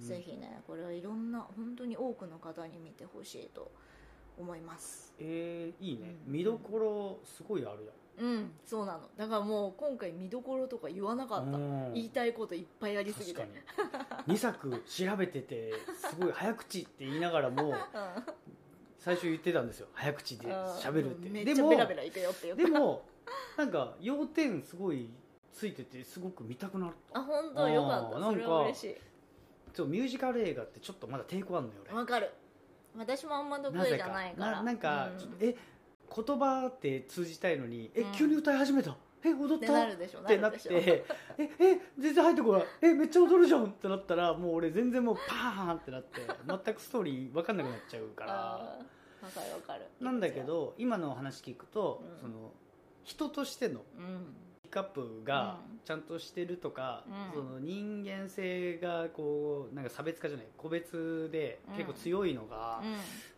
Speaker 1: ん
Speaker 2: ぜひねこれはいろんな本当に多くの方に見てほしいと思います
Speaker 1: えー、いいね
Speaker 2: うん
Speaker 1: 見どころすごいあるよ
Speaker 2: うんそうなのだからもう今回見どころとか言わなかった、
Speaker 1: うん
Speaker 2: 言いたいこといっぱいありすぎ
Speaker 1: 確
Speaker 2: て
Speaker 1: かに2作調べててすごい早口って言いながら も最初言ってたんですよ早口で喋るっ
Speaker 2: うんめ
Speaker 1: て
Speaker 2: っ
Speaker 1: で
Speaker 2: ちゃ
Speaker 1: も
Speaker 2: ベラベラいくよって言った
Speaker 1: でもなんか要点すごいついててすごく見たくなった
Speaker 2: あ本当よかっ
Speaker 1: あー
Speaker 2: た
Speaker 1: なん
Speaker 2: そ
Speaker 1: か
Speaker 2: れは嬉しい
Speaker 1: ちょっとミュージカル映画ってちょっとまだ抵抗あるのよ
Speaker 2: わかる私もあんま得
Speaker 1: 俺な
Speaker 2: 意
Speaker 1: ぜ
Speaker 2: じゃ
Speaker 1: か
Speaker 2: ないから
Speaker 1: ななんか
Speaker 2: うん
Speaker 1: ちょっとえ言葉って通じたいのにえ
Speaker 2: うん
Speaker 1: 急に歌い始めたえ踊っ
Speaker 2: で
Speaker 1: た
Speaker 2: なるでしょ
Speaker 1: ってなっ
Speaker 2: るで
Speaker 1: て
Speaker 2: しょ
Speaker 1: ええ全然入ってこないえめっちゃ踊るじゃんってなったらもう俺全然もうパーンってなって全くストーリー分かんなくなっちゃうから
Speaker 2: あーわかるわかる
Speaker 1: なんだけど今のお話聞くと、
Speaker 2: うん
Speaker 1: その人としての
Speaker 2: うん
Speaker 1: ピックアップが
Speaker 2: うん
Speaker 1: ちゃんとしてるとか、
Speaker 2: うん
Speaker 1: その人間性がこうなんか差別化じゃない個別で結構強いのが、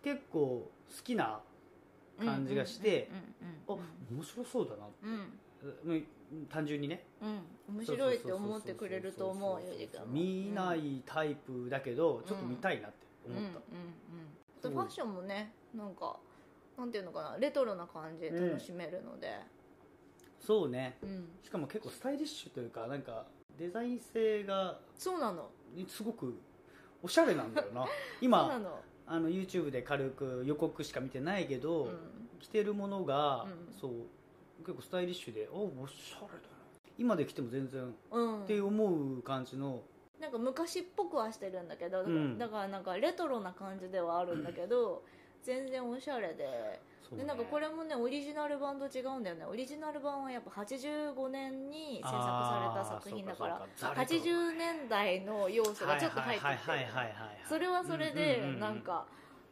Speaker 1: 結構好きな
Speaker 2: うん
Speaker 1: 感じがして
Speaker 2: う
Speaker 1: あ
Speaker 2: んうん
Speaker 1: 面白そうだな
Speaker 2: うんうん
Speaker 1: うん単純にね
Speaker 2: うんうん面白いって思ってくれると思う
Speaker 1: そ
Speaker 2: ゆ
Speaker 1: そうそ
Speaker 2: じ
Speaker 1: そ
Speaker 2: くんも
Speaker 1: 見な
Speaker 2: うん
Speaker 1: いタイプだけどちょっと見たいなって思った、
Speaker 2: うんうんうん、あとファッションもねなんかなんていうのかなレトロな感じで楽しめるので、
Speaker 1: そうね
Speaker 2: うん
Speaker 1: しかも結構スタイリッシュというかなんかデザイン性が
Speaker 2: そうなの
Speaker 1: すごくおしゃれなんだ よな
Speaker 2: そうな
Speaker 1: 今
Speaker 2: の、
Speaker 1: あの YouTube で軽く予告しか見てないけ
Speaker 2: う
Speaker 1: ど、
Speaker 2: ん、
Speaker 1: 着てるものが、
Speaker 2: うん
Speaker 1: そう結構スタイリッシュであおしゃれだな今で着ても全然、
Speaker 2: うん
Speaker 1: って思う感じの
Speaker 2: なんか昔っぽくはしてるんだけどだから,、
Speaker 1: うん
Speaker 2: だからなんかレトロな感じではあるんだけど、全然おしゃれで
Speaker 1: そう
Speaker 2: で
Speaker 1: ね
Speaker 2: なんかこれもねオリジナル版と違うんだよねオリジナル版はやっぱ85年に制作された作品だから
Speaker 1: あーそうかそうか
Speaker 2: 80年代の要素がちょっと入ってきて
Speaker 1: はい
Speaker 2: る
Speaker 1: はいはいはいはい
Speaker 2: それはそれ
Speaker 1: うんうんうんう
Speaker 2: で
Speaker 1: ん
Speaker 2: なんか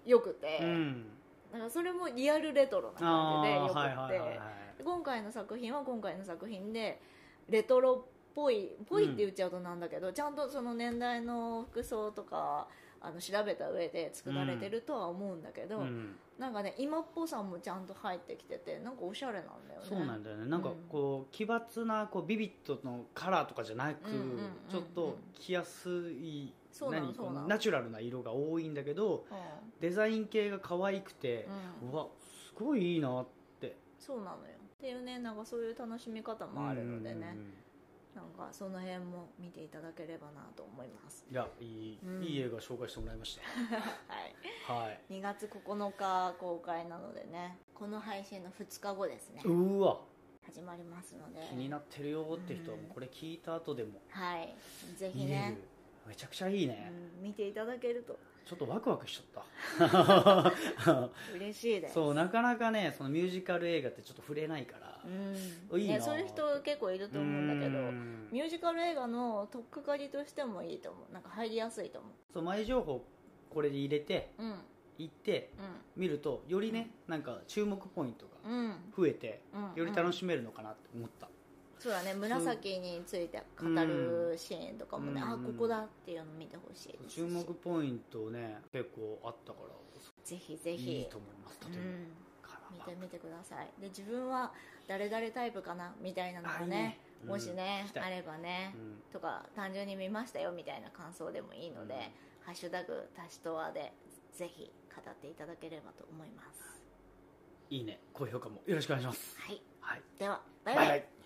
Speaker 2: よくて、
Speaker 1: うん
Speaker 2: なんかそれもリアルレトロな感じでよく
Speaker 1: あ
Speaker 2: て、
Speaker 1: ーはいはいはいはい
Speaker 2: 今回の作品は今回の作品でレトロっぽいっぽいって言っちゃうとなんだけど、ちゃんとその年代の服装とかあの調べた上で作られてるとは思うんだけど、
Speaker 1: うん
Speaker 2: なんかね今っぽさもちゃんと入ってきててなんかおしゃれなんだよね
Speaker 1: そうなんだよねなんかこう奇抜なこうビビットのカラーとかじゃなく
Speaker 2: うんうんうんうん
Speaker 1: ちょっと着やすい
Speaker 2: そうなの
Speaker 1: 何
Speaker 2: そうなの
Speaker 1: ナチュラルな色が多いんだけど
Speaker 2: うん
Speaker 1: デザイン系が可愛くて
Speaker 2: うん
Speaker 1: うわすごいいいなって
Speaker 2: そうなのよっていうねなんかそういう楽しみ方もあるのでね、
Speaker 1: うんうんうん
Speaker 2: なんかその辺も見ていただければなと思います
Speaker 1: いやいい
Speaker 2: うん
Speaker 1: いい映画紹介してもらいまし
Speaker 2: はい
Speaker 1: たはい
Speaker 2: 2月9日公開なのでねこの配信の2日後ですね
Speaker 1: うわ
Speaker 2: 始まりますので
Speaker 1: 気になってるよって人はもうこれ聞いた後でも
Speaker 2: はいぜひ
Speaker 1: 見れ
Speaker 2: ね
Speaker 1: る、めちゃくちゃいいね
Speaker 2: うん見ていただけると
Speaker 1: ちょっとワクワクしちゃった
Speaker 2: 嬉しいです
Speaker 1: そうなかなかねそのミュージカル映画ってちょっと触れないから
Speaker 2: うん
Speaker 1: いいな
Speaker 2: ね、そういう人結構いると思うんだけど
Speaker 1: うん
Speaker 2: ミュージカル映画の取っかかりとしてもいいと思うなんか入りやすいと思
Speaker 1: そう前情報これで入れて
Speaker 2: ううん
Speaker 1: 行って見るとよりねなんか注目ポイントが
Speaker 2: うん
Speaker 1: 増えて
Speaker 2: うん
Speaker 1: より楽
Speaker 2: しい、
Speaker 1: しめるのかなって思った
Speaker 2: そうだね紫について語るシーンとかもね、
Speaker 1: うん
Speaker 2: あここだっていうの見てほしいですし
Speaker 1: 注目ポイントね結構あったから
Speaker 2: ぜひぜひ
Speaker 1: いいと思いますとて
Speaker 2: う
Speaker 1: も
Speaker 2: ん
Speaker 1: カ
Speaker 2: 見
Speaker 1: ラ
Speaker 2: て
Speaker 1: ー
Speaker 2: みてくださいで自分は誰々タイプかなみたいなの
Speaker 1: あ
Speaker 2: が
Speaker 1: いい
Speaker 2: ね
Speaker 1: ねうん
Speaker 2: もしね
Speaker 1: 聞きたい
Speaker 2: あればね
Speaker 1: う、ん
Speaker 2: とか単純に見ましたよみたいな感想でもいいので、
Speaker 1: うん
Speaker 2: ハッシュタグたしとわでぜひ語っていただければと思います
Speaker 1: いいね高評価もよろしくお願いします
Speaker 2: はい
Speaker 1: はい
Speaker 2: ではバ
Speaker 1: バ
Speaker 2: イ
Speaker 1: イ
Speaker 2: バイ
Speaker 1: バイ